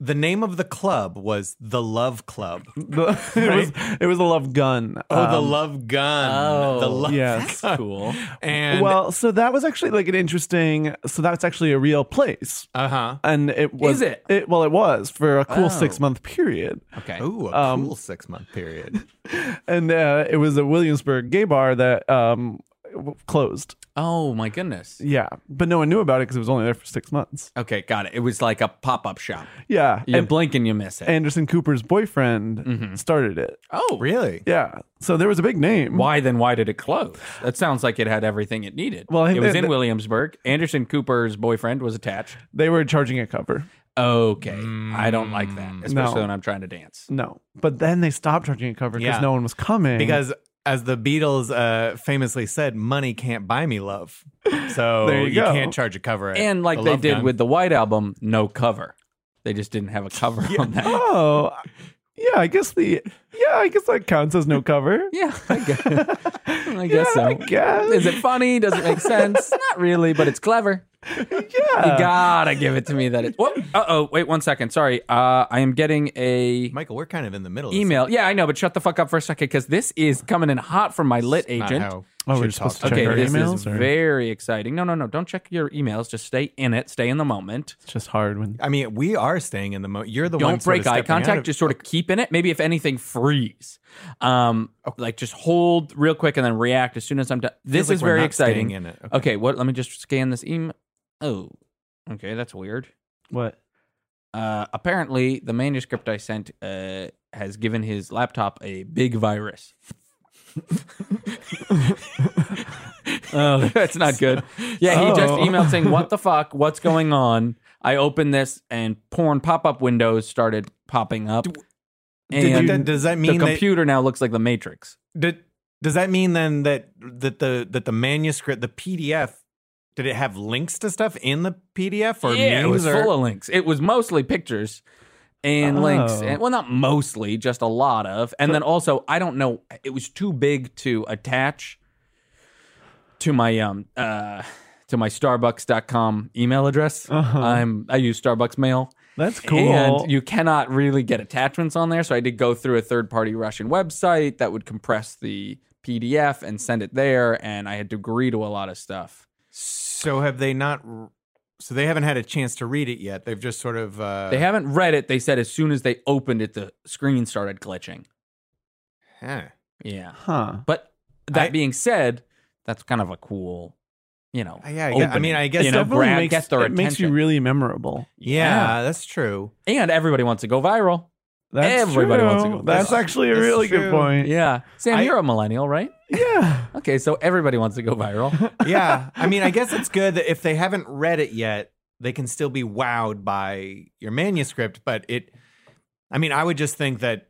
Speaker 11: the name of the club was the Love Club.
Speaker 12: it was it was a love gun.
Speaker 11: Oh, the
Speaker 12: Um,
Speaker 11: Love Gun.
Speaker 10: Oh,
Speaker 11: the love
Speaker 12: yes.
Speaker 11: Gun.
Speaker 10: cool.
Speaker 11: And
Speaker 12: well, so that was actually like an interesting. So that's actually a real place,
Speaker 11: uh huh.
Speaker 12: and it was.
Speaker 10: Is it?
Speaker 12: well, it was for a cool
Speaker 10: Oh.
Speaker 12: six month period,
Speaker 10: Okay.
Speaker 11: Ooh, a
Speaker 12: Um,
Speaker 11: cool six month period.
Speaker 12: and uh, it was a Williamsburg gay bar that um w- closed.
Speaker 10: Oh my goodness.
Speaker 12: Yeah, but no one knew about it because it was only there for six months.
Speaker 10: Okay, got it. It was like a pop up shop.
Speaker 12: Yeah,
Speaker 10: You
Speaker 12: and
Speaker 10: blink and you miss it.
Speaker 12: Anderson Cooper's boyfriend
Speaker 10: Mm-hmm.
Speaker 12: started it.
Speaker 10: oh,
Speaker 11: really?
Speaker 12: Yeah, so there was a big name.
Speaker 10: Why then? Why did it close? That sounds like it had everything it needed.
Speaker 12: Well, I-
Speaker 10: it was in
Speaker 12: the-
Speaker 10: Williamsburg. Anderson Cooper's boyfriend was attached.
Speaker 12: They were charging a cover.
Speaker 10: Okay, I don't like that, especially
Speaker 12: Mm. No.
Speaker 10: when I'm trying to dance.
Speaker 12: No, but then they stopped charging a cover because
Speaker 11: Yeah.
Speaker 12: no one was coming.
Speaker 11: Because as the Beatles uh, famously said, money can't buy me love. So
Speaker 12: There you go.
Speaker 11: can't charge a cover. at
Speaker 10: And like
Speaker 11: a
Speaker 10: they
Speaker 11: love
Speaker 10: did
Speaker 11: gun.
Speaker 10: with the White Album, no cover. They just didn't have a cover on that.
Speaker 12: oh, yeah, I guess the yeah, I guess that counts as no cover.
Speaker 10: Yeah, I guess, I guess
Speaker 12: Yeah,
Speaker 10: so.
Speaker 12: I guess.
Speaker 10: Is it funny? Does it make sense? Not really, but it's clever.
Speaker 12: Yeah,
Speaker 10: You gotta give it to me that it's. Uh oh, wait one second. Sorry. Uh, I am getting a
Speaker 11: Michael, we're kind of in the middle.
Speaker 10: email. Yeah, I know, but shut the fuck up for a second because this is coming in hot from my lit
Speaker 11: Of this. Not
Speaker 10: agent.
Speaker 11: how
Speaker 12: Oh, we're
Speaker 11: should
Speaker 12: supposed
Speaker 11: talk
Speaker 12: to
Speaker 10: okay,
Speaker 12: check our
Speaker 10: this is
Speaker 12: emails, or-
Speaker 10: very exciting. No, no, no. Don't check your emails. Just stay in it. Stay in the moment.
Speaker 12: it's just hard when
Speaker 11: I mean, we are staying in the mo. You're the one.
Speaker 10: Don't
Speaker 11: sort
Speaker 10: break
Speaker 11: of
Speaker 10: eye
Speaker 11: stepping out
Speaker 10: contact.
Speaker 11: of-
Speaker 10: just sort of keep in it. Maybe if anything, freeze. Um, like just hold real quick and then react as soon as I'm done. This
Speaker 11: Feels like
Speaker 10: is
Speaker 11: we're
Speaker 10: very
Speaker 11: not staying
Speaker 10: exciting.
Speaker 11: in it. Okay.
Speaker 10: Okay. what? Let me just scan this email. Oh, okay, that's weird.
Speaker 12: what
Speaker 10: Uh, apparently, the manuscript I sent uh, has given his laptop a big virus. oh, that's not good. Yeah, he just
Speaker 12: Oh.
Speaker 10: emailed saying, "What the fuck? What's going on?" I opened this, and porn pop-up windows started popping up.
Speaker 11: Did
Speaker 10: and
Speaker 11: you- does that mean
Speaker 10: the
Speaker 11: that-
Speaker 10: computer now looks like the Matrix?
Speaker 11: Did- does that mean then that that the that the manuscript, the PDF, did it have links to stuff in the PDF or
Speaker 10: yeah, it
Speaker 11: memes
Speaker 10: was
Speaker 11: or-
Speaker 10: full of links. It was mostly pictures and links,
Speaker 12: Oh.
Speaker 10: and well, not mostly, just a lot of. And then also, I don't know, it was too big to attach to my um uh to my Starbucks.com email address.
Speaker 12: Uh-huh.
Speaker 10: I'm I use Starbucks mail.
Speaker 12: that's cool.
Speaker 10: And you cannot really get attachments on there. So I did go through a third party Russian website that would compress the PDF and send it there. And I had to agree to a lot of stuff.
Speaker 11: So have they not? r- So they haven't had a chance to read it yet. They've just sort of. Uh,
Speaker 10: They haven't read it. They said as soon as they opened it, the screen started glitching.
Speaker 11: Huh.
Speaker 10: Yeah.
Speaker 12: huh?
Speaker 10: But that
Speaker 11: I-
Speaker 10: being said, that's kind of a cool, you know.
Speaker 11: Uh, Yeah, I, gue- I mean, I guess.
Speaker 10: You
Speaker 12: It
Speaker 10: know,
Speaker 12: definitely
Speaker 10: grab-
Speaker 12: makes,
Speaker 10: get their
Speaker 12: it makes you
Speaker 10: attention.
Speaker 12: really memorable.
Speaker 11: yeah, that's true.
Speaker 10: And everybody wants to go viral.
Speaker 12: That's
Speaker 10: Everybody
Speaker 12: true.
Speaker 10: wants to go
Speaker 12: That's
Speaker 10: viral.
Speaker 12: actually a
Speaker 11: That's
Speaker 12: really
Speaker 11: true.
Speaker 12: good point.
Speaker 10: Yeah. Sam,
Speaker 11: I-
Speaker 10: you're a millennial, right?
Speaker 12: yeah.
Speaker 10: Okay, so everybody wants to go viral.
Speaker 11: yeah, I mean, I guess it's good that if they haven't read it yet, they can still be wowed by your manuscript. But it, I mean, I would just think that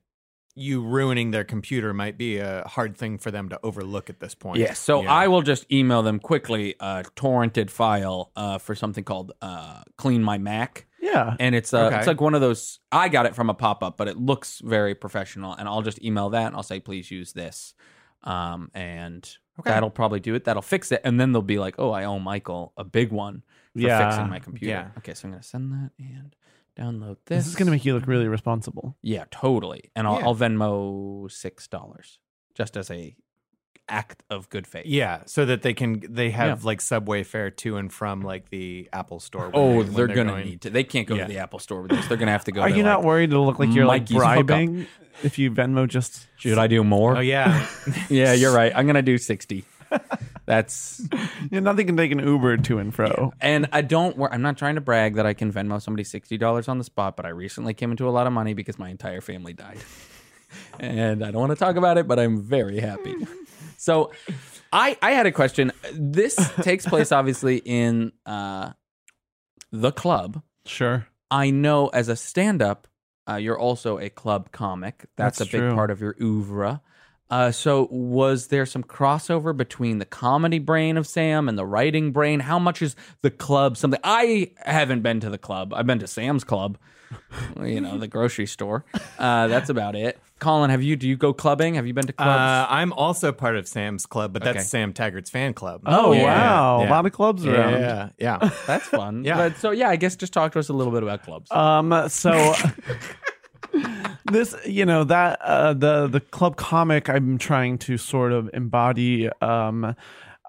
Speaker 11: you ruining their computer might be a hard thing for them to overlook at this point.
Speaker 10: Yes. So
Speaker 11: Yeah.
Speaker 10: I will just email them quickly a torrented file uh, for something called uh, Clean My Mac.
Speaker 12: Yeah.
Speaker 10: And it's, uh,
Speaker 11: Okay.
Speaker 10: it's like one of those. I got it from a pop up, but it looks very professional. And I'll just email that and I'll say, please use this. Um, and
Speaker 11: Okay.
Speaker 10: that'll probably do it. That'll fix it. And then they'll be like, oh, I owe Michael a big one for
Speaker 12: Yeah.
Speaker 10: fixing my computer.
Speaker 11: Yeah.
Speaker 10: Okay. So I'm going to send that and download this.
Speaker 12: This is gonna make you look really responsible.
Speaker 10: Yeah, totally. And I'll,
Speaker 11: Yeah.
Speaker 10: I'll Venmo $6 just as a act of good faith.
Speaker 11: Yeah, so that they can they have
Speaker 10: Yeah.
Speaker 11: like subway fare to and from like the Apple Store. when
Speaker 10: Oh,
Speaker 11: they- when
Speaker 10: they're, gonna
Speaker 11: going-
Speaker 10: need to. They can't go
Speaker 11: Yeah.
Speaker 10: to the Apple Store with this. They're gonna have to go.
Speaker 12: Are
Speaker 10: to,
Speaker 12: you not
Speaker 10: like,
Speaker 12: worried it'll look like you're
Speaker 10: Mikey's
Speaker 12: like
Speaker 10: hookup.
Speaker 12: bribing if you Venmo just
Speaker 10: Should I do more?
Speaker 11: Oh yeah,
Speaker 10: yeah, you're right. I'm gonna do sixty. That's
Speaker 12: Yeah, nothing can take an Uber to and fro.
Speaker 10: and I don't. wor- I'm not trying to brag that I can Venmo somebody sixty dollars on the spot, but I recently came into a lot of money because my entire family died, and I don't want to talk about it, but I'm very happy. So, I I had a question. This takes place obviously in uh, the club.
Speaker 12: Sure.
Speaker 10: I know as a stand up, uh, you're also a club comic. That's,
Speaker 12: That's
Speaker 10: a big
Speaker 12: true.
Speaker 10: part of your oeuvre. Uh, so, was there some crossover between the comedy brain of Sam and the writing brain? How much is the club something? I haven't been to the club. I've been to Sam's club, you know, the grocery store. Uh, that's about it. Colin, have you? Do you go clubbing? Have you been to
Speaker 11: Uh,
Speaker 10: clubs?
Speaker 11: I'm also part of Sam's Club, but that's
Speaker 10: Okay.
Speaker 11: Sam Taggart's fan club.
Speaker 12: Oh, wow. A lot of clubs
Speaker 11: yeah,
Speaker 12: around.
Speaker 11: Yeah, yeah.
Speaker 10: that's fun.
Speaker 11: yeah.
Speaker 10: But so yeah, I guess just talk to us a little bit about clubs.
Speaker 12: Um, so this, you know, that uh, the the club comic I'm trying to sort of embody. Um,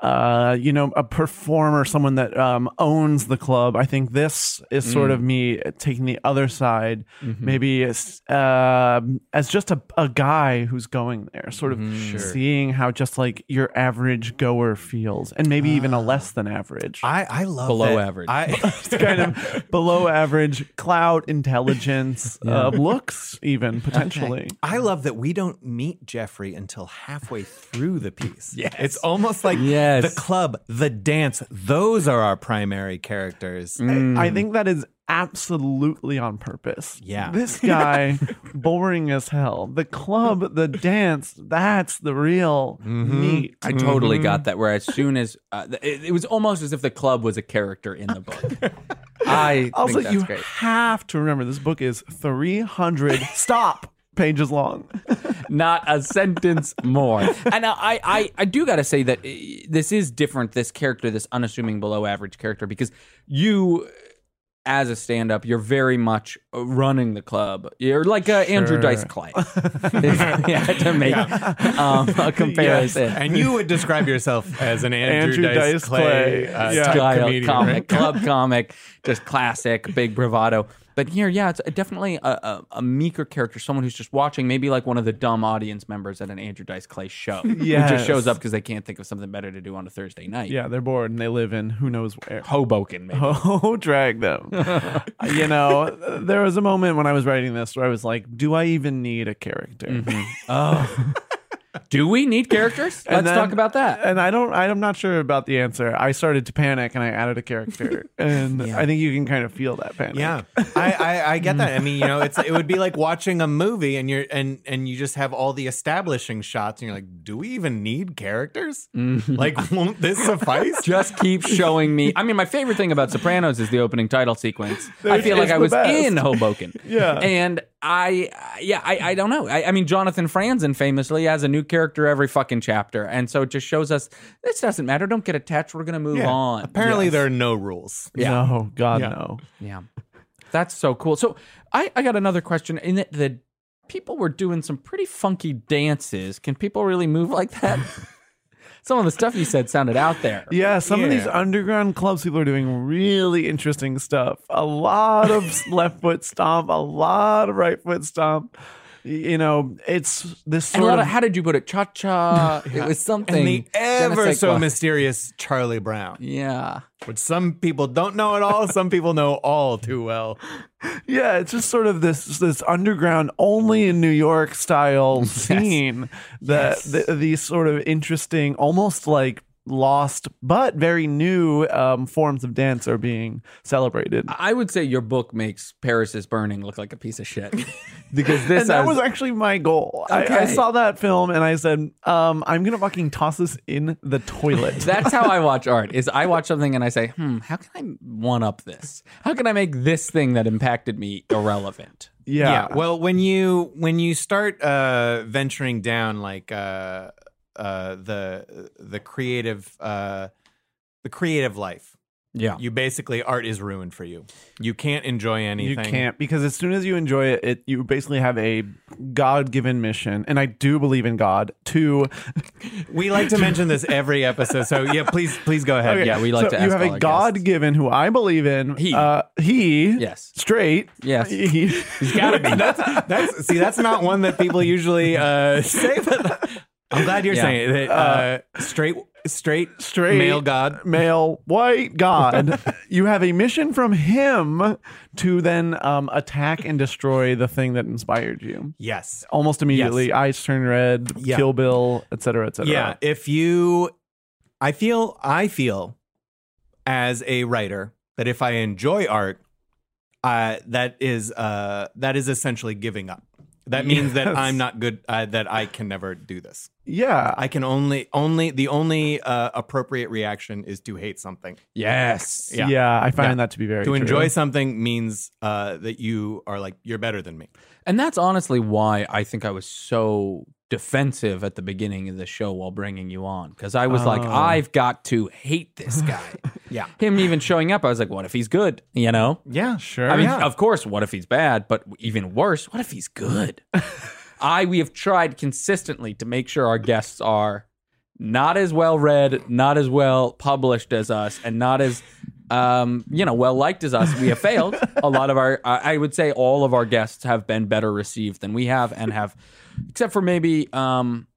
Speaker 12: uh, you know, a performer, someone that um, owns the club. I think this is sort
Speaker 10: Mm.
Speaker 12: of me taking the other side,
Speaker 10: Mhm.
Speaker 11: Mm-hmm.
Speaker 12: maybe as, um as just a, a guy who's going there, sort of
Speaker 11: Mm-hmm,
Speaker 10: Sure.
Speaker 12: seeing how just like your average goer feels, and maybe
Speaker 11: Ah.
Speaker 12: even a less than average.
Speaker 11: I, I love
Speaker 10: Below
Speaker 11: that.
Speaker 10: average.
Speaker 11: I,
Speaker 12: It's kind of below average clout intelligence uh, looks even potentially
Speaker 11: I love that we don't meet Jeffrey until halfway through the piece.
Speaker 10: Yes.
Speaker 11: It's almost like
Speaker 10: Yes.
Speaker 11: the club, the dance, those are our primary characters.
Speaker 10: Mm,
Speaker 12: i think that is absolutely on purpose
Speaker 11: Yeah.
Speaker 12: this guy boring as hell the club the dance that's the real meat
Speaker 10: I totally
Speaker 12: Mm-hmm.
Speaker 10: got that. Where as soon as uh, th- it, it was almost as if the club was a character in the book. I
Speaker 12: Hmm. also
Speaker 10: think that's
Speaker 12: you
Speaker 10: great.
Speaker 12: have to remember this book is 300 stop pages long
Speaker 10: not a sentence more. And I, I, I do got to say that eh, this is different. This character, this unassuming, below average character, because you, as a stand up, you're very much uh, running the club. You're like uh, Andrew
Speaker 12: Sure.
Speaker 10: Dice Clay. yeah, to make um, a comparison.
Speaker 11: And you would describe yourself as an Andrew,
Speaker 12: Andrew
Speaker 11: Dice,
Speaker 12: Dice
Speaker 11: Clay,
Speaker 12: Clay,
Speaker 11: uh,
Speaker 12: yeah.
Speaker 11: type
Speaker 10: style
Speaker 11: comedian,
Speaker 10: comic,
Speaker 11: right?
Speaker 10: club comic, just classic, big bravado. But here, yeah, it's definitely a, a, a meeker character, someone who's just watching, maybe like one of the dumb audience members at an Andrew Dice Clay show,
Speaker 12: Yes.
Speaker 10: who just shows up because they can't think of something better to do on a Thursday night.
Speaker 12: yeah they're bored and they live in who knows where
Speaker 10: Hoboken, maybe.
Speaker 12: Oh, drag them. you know, there was a moment when I was writing this where I was like, do I even need a character?
Speaker 10: Mm-hmm. Oh. do we need characters?
Speaker 12: And then-
Speaker 10: Let's talk about that.
Speaker 12: And I don't, I'm not sure about the answer. I started to panic and I added a character. And I think you can kind of feel that panic.
Speaker 11: Yeah, I, I, I get that. I mean, you know, it's it would be like watching a movie and you're and and you just have all the establishing shots and you're like, do we even need characters? Like, won't this suffice?
Speaker 10: Mm-hmm. Just keep showing me. I mean, my favorite thing about Sopranos is the opening title sequence. I
Speaker 12: Which
Speaker 10: feel like
Speaker 12: is
Speaker 10: I
Speaker 12: the
Speaker 10: was
Speaker 12: best.
Speaker 10: in Hoboken.
Speaker 12: Yeah.
Speaker 10: And I, I- yeah, I, I don't know. I, I mean, Jonathan Franzen famously has a new character every fucking chapter. And so it just shows us this doesn't matter. Don't get attached. We're going to move
Speaker 11: Yeah.
Speaker 10: on.
Speaker 11: Apparently,
Speaker 10: Yes.
Speaker 11: there are no rules.
Speaker 12: No, Oh, God,
Speaker 11: Yeah.
Speaker 12: no.
Speaker 10: Yeah. That's so cool. So I, I got another question. In that the people were doing some pretty funky dances. Can people really move like that? some of the stuff you said sounded out there.
Speaker 12: Yeah, some of these
Speaker 11: Yeah.
Speaker 12: underground clubs people are doing really interesting stuff. A lot of left foot stomp, a lot of right foot stomp. Y- You know, it's this sort
Speaker 10: And a lot
Speaker 12: of,
Speaker 10: of, how did you put it? Cha cha. It was something.
Speaker 11: And the ever
Speaker 10: Genesee
Speaker 11: so
Speaker 10: Qua-
Speaker 11: mysterious Charlie Brown,
Speaker 10: Yeah.
Speaker 11: which some people don't know at all, some people know all too well.
Speaker 12: Yeah, it's just sort of this this underground, only in New York style scene that th- these sort of interesting, almost like lost but very new um, forms of dance are being celebrated.
Speaker 10: I would say your book makes Paris is Burning look like a piece of shit. because this
Speaker 12: and that was
Speaker 10: has-
Speaker 12: actually my goal. I, I
Speaker 10: Okay.
Speaker 12: saw that film and I said, um, I'm gonna fucking toss this in the toilet.
Speaker 10: That's how I watch art. Is I watch something and I say, "Hmm, how can I one up this? How can I make this thing that impacted me irrelevant?"
Speaker 12: yeah.
Speaker 11: Well, when you when you start uh, venturing down like uh, uh, the the creative uh, the creative life,
Speaker 10: Yeah.
Speaker 11: you basically art is ruined for you. You can't enjoy anything.
Speaker 12: You can't because as soon as you enjoy it, it you basically have a God-given mission, and I do believe in God to
Speaker 11: We like to mention this every episode, so yeah, please please go ahead.
Speaker 12: Okay,
Speaker 11: Yeah,
Speaker 10: we like
Speaker 12: so
Speaker 10: to
Speaker 12: You
Speaker 10: ask
Speaker 12: have
Speaker 10: all
Speaker 12: a
Speaker 10: our guests.
Speaker 12: God-given who I believe in.
Speaker 10: He.
Speaker 12: uh, he,
Speaker 10: Yes.
Speaker 12: straight,
Speaker 10: Yes.
Speaker 12: He,
Speaker 11: gotta be. That's, that's see, that's not one that people usually uh, say. But I'm glad you're
Speaker 10: Yeah.
Speaker 11: saying it. Uh, straight straight
Speaker 12: straight
Speaker 11: male god.
Speaker 12: male white god. you have a mission from him to then um, attack and destroy the thing that inspired you.
Speaker 11: Yes.
Speaker 12: Almost immediately, eyes turn red,
Speaker 11: Yeah.
Speaker 12: Kill Bill, etc., etc.
Speaker 11: Yeah, if you I feel I feel as a writer that if I enjoy art, uh that is uh that is essentially giving up. That means that I'm not good. Uh, that I can never do this.
Speaker 12: Yeah,
Speaker 11: I can only only the only uh, appropriate reaction is to hate something.
Speaker 10: Yes.
Speaker 12: Yeah, I find that to be very
Speaker 11: to enjoy
Speaker 12: true.
Speaker 11: something means uh, that you are like you're better than me.
Speaker 10: And that's honestly why I think I was so defensive at the beginning of the show while bringing you on because I was like,
Speaker 11: Oh.
Speaker 10: I've got to hate this guy.
Speaker 11: Yeah.
Speaker 10: Him even showing up, I was like, what if he's good? You know?
Speaker 11: Yeah,
Speaker 12: sure.
Speaker 10: I mean,
Speaker 12: Yeah.
Speaker 10: of course, what if he's bad? But even worse, what if he's good? I we have tried consistently to make sure our guests are not as well read, not as well published as us, and not as um, you know well liked as us. We have failed. a lot of our, I I would say, all of our guests have been better received than we have, and have, except for maybe um,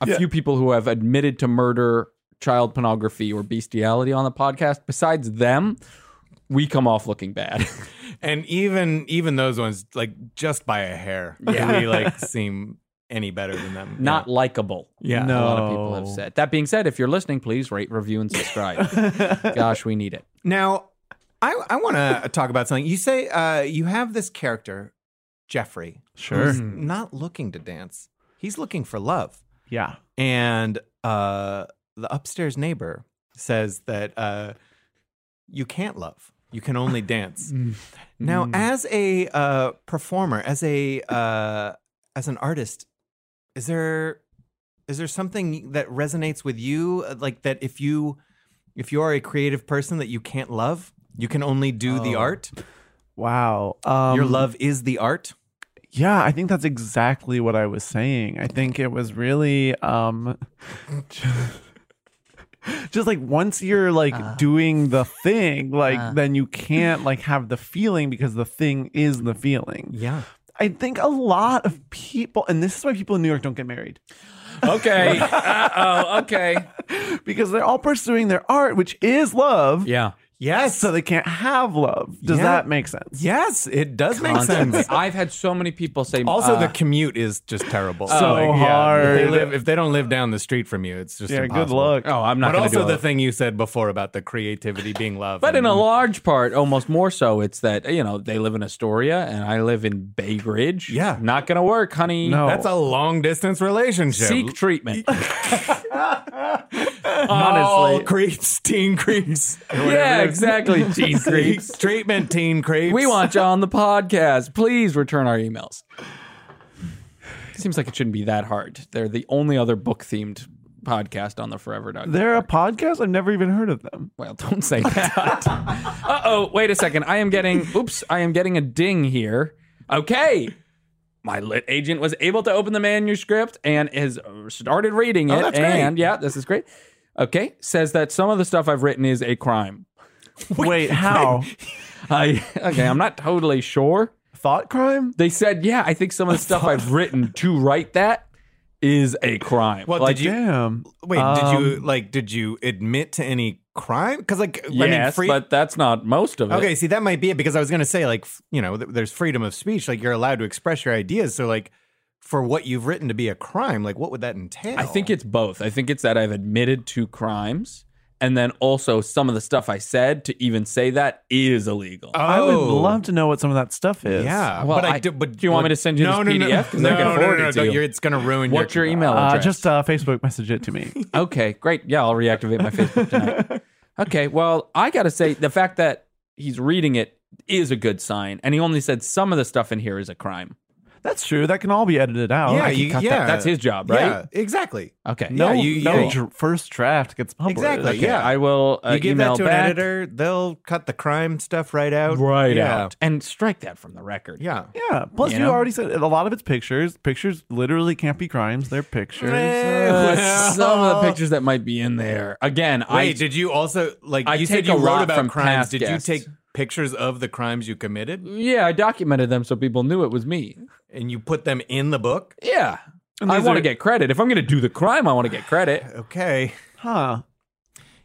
Speaker 10: a few people who have admitted to murder, child pornography, or bestiality on the podcast. Besides them, we come off looking bad.
Speaker 11: And even even those ones, like just by a hair,
Speaker 10: Yeah.
Speaker 11: do we like seem any better than them?
Speaker 10: not likable.
Speaker 11: Yeah.
Speaker 10: a lot of people have
Speaker 11: No.
Speaker 10: said. That being said, if you're listening, please rate, review, and subscribe. Gosh, we need it.
Speaker 11: Now, I I want to talk about something. You say uh, you have this character, Jeffrey.
Speaker 12: Sure.
Speaker 11: who's Not looking to dance. He's looking for love.
Speaker 12: Yeah.
Speaker 11: And uh, the upstairs neighbor says that uh, you can't love. You can only dance.
Speaker 12: Mm.
Speaker 11: Now, as a uh, performer, as a uh, as an artist, is there is there something that resonates with you, Uh, like that if you if you are a creative person that you can't love, you can only do the
Speaker 12: Oh.
Speaker 11: art.
Speaker 12: Wow. Um,
Speaker 11: Your love is the art.
Speaker 12: Yeah, I think that's exactly what I was saying. I think it was really um just like once you're like doing the thing, like then you can't like have the feeling because the thing is the feeling.
Speaker 11: Yeah.
Speaker 12: I think a lot of people and this is why people in New York don't get married.
Speaker 10: Okay. oh. Okay.
Speaker 12: Because they're all pursuing their art, which is love.
Speaker 10: Yeah.
Speaker 11: Yes.
Speaker 12: So they can't have love. Does
Speaker 10: Yeah.
Speaker 12: that make sense?
Speaker 11: Yes, it does
Speaker 10: Constantly. I've had so many people say.
Speaker 11: Also,
Speaker 10: uh,
Speaker 11: the commute is just terrible.
Speaker 10: So
Speaker 11: if they
Speaker 10: hard.
Speaker 11: live if they don't live down the street from you, it's just
Speaker 10: Yeah, good
Speaker 11: impossible.
Speaker 10: luck. Oh, I'm not
Speaker 11: But
Speaker 10: gonna
Speaker 11: also
Speaker 10: do
Speaker 11: the
Speaker 10: it.
Speaker 11: thing Mm-hmm. you said before about the creativity being love.
Speaker 10: But in
Speaker 11: and-
Speaker 10: a large part, almost more so, it's that you know they live in Astoria and I live in Bay Ridge. Yeah, not gonna work, honey.
Speaker 11: that's a long distance relationship.
Speaker 10: seek treatment.
Speaker 11: All
Speaker 10: Honestly.
Speaker 11: creeps, teen creeps. or whatever
Speaker 10: Yeah,
Speaker 11: it is.
Speaker 10: exactly. Teen
Speaker 11: Seek
Speaker 10: creeps.
Speaker 11: treatment, teen creeps.
Speaker 10: We want you on the podcast. Please return our emails. Seems like it shouldn't be that hard. They're the only other book themed podcast on the Forever Dog.
Speaker 12: They're a podcast? I've never even heard of them.
Speaker 10: Well, don't say that. uh oh, wait a second. I am getting, oops, I am getting a ding here. Okay. My lit agent was able to open the manuscript and has started reading it.
Speaker 11: Oh, that's great.
Speaker 10: and yeah, this is great. Okay. Says that some of the stuff I've written is a crime.
Speaker 12: Wait, how?
Speaker 10: I, okay, I'm not totally sure.
Speaker 12: Thought crime?
Speaker 10: They said, yeah, I think some of the stuff I've written to write that is a crime.
Speaker 11: Well,
Speaker 10: Like,
Speaker 11: did you?
Speaker 12: Damn.
Speaker 11: Wait, did
Speaker 10: Um,
Speaker 11: you like? Did you admit to any crime? Because like, I mean,
Speaker 10: Yes,
Speaker 11: free,
Speaker 10: but that's not most of it.
Speaker 11: Okay, see, that might be it because I was going to say, like, f- you know, th- there's freedom of speech. Like, you're allowed to express your ideas. So, like, for what you've written to be a crime, like, what would that entail?
Speaker 10: I think it's both. I think it's that I've admitted to crimes, and then also some of the stuff I said to even say that is illegal.
Speaker 12: I would
Speaker 10: oh.
Speaker 12: love to know what some of that stuff is.
Speaker 11: Yeah,
Speaker 10: Well,
Speaker 11: Oh, but I,
Speaker 10: I-
Speaker 11: do. But
Speaker 10: do you want me to send you
Speaker 11: no,
Speaker 10: this
Speaker 11: no,
Speaker 10: PDF? 'Cause I
Speaker 11: No, no,
Speaker 10: can
Speaker 11: no, no,
Speaker 10: forward it
Speaker 11: no,
Speaker 10: to
Speaker 11: don't-
Speaker 10: you.
Speaker 11: you're- It's going to ruin your.
Speaker 10: What's your email
Speaker 12: Uh,
Speaker 10: address?
Speaker 12: just uh, Facebook message it to me.
Speaker 10: okay, great. Yeah, I'll reactivate my Facebook tonight. Okay, well, I gotta say the fact that he's reading it is a good sign, and he only said some of the stuff in here is a crime.
Speaker 12: That's true. That can all be edited out.
Speaker 11: Yeah,
Speaker 12: oh, I can
Speaker 11: you,
Speaker 12: cut
Speaker 11: yeah,
Speaker 12: that.
Speaker 10: That's his job,
Speaker 11: Yeah,
Speaker 10: right?
Speaker 11: exactly.
Speaker 10: Okay.
Speaker 12: No,
Speaker 11: yeah, you-
Speaker 12: no
Speaker 11: yeah.
Speaker 12: dr- first draft gets published.
Speaker 11: Exactly.
Speaker 10: Okay,
Speaker 11: yeah,
Speaker 10: I will uh,
Speaker 11: you give
Speaker 10: email
Speaker 11: that to
Speaker 10: back.
Speaker 11: an editor, they'll cut the crime stuff right out.
Speaker 10: Right
Speaker 11: yeah.
Speaker 10: out and strike that from the record.
Speaker 11: Yeah.
Speaker 12: Yeah. Plus,
Speaker 10: You
Speaker 12: you,
Speaker 10: know?
Speaker 12: already said a lot of it's pictures. Pictures literally can't be crimes. They're pictures.
Speaker 11: Eh.
Speaker 10: Uh, some of the pictures that might be in there. Again, I
Speaker 11: Wait, did you also like?
Speaker 10: I
Speaker 11: you said
Speaker 10: take a
Speaker 11: you
Speaker 10: lot
Speaker 11: wrote about
Speaker 10: from
Speaker 11: crimes.
Speaker 10: past
Speaker 11: Did
Speaker 10: guests.
Speaker 11: you take pictures of the crimes you committed
Speaker 10: yeah, I documented them so people knew it was me.
Speaker 11: and you put them in the book?
Speaker 10: Yeah.
Speaker 12: And
Speaker 10: I
Speaker 12: these
Speaker 10: want to
Speaker 12: are-
Speaker 10: get credit. If I'm going to do the crime, I want to get credit.
Speaker 11: Okay.
Speaker 12: Huh.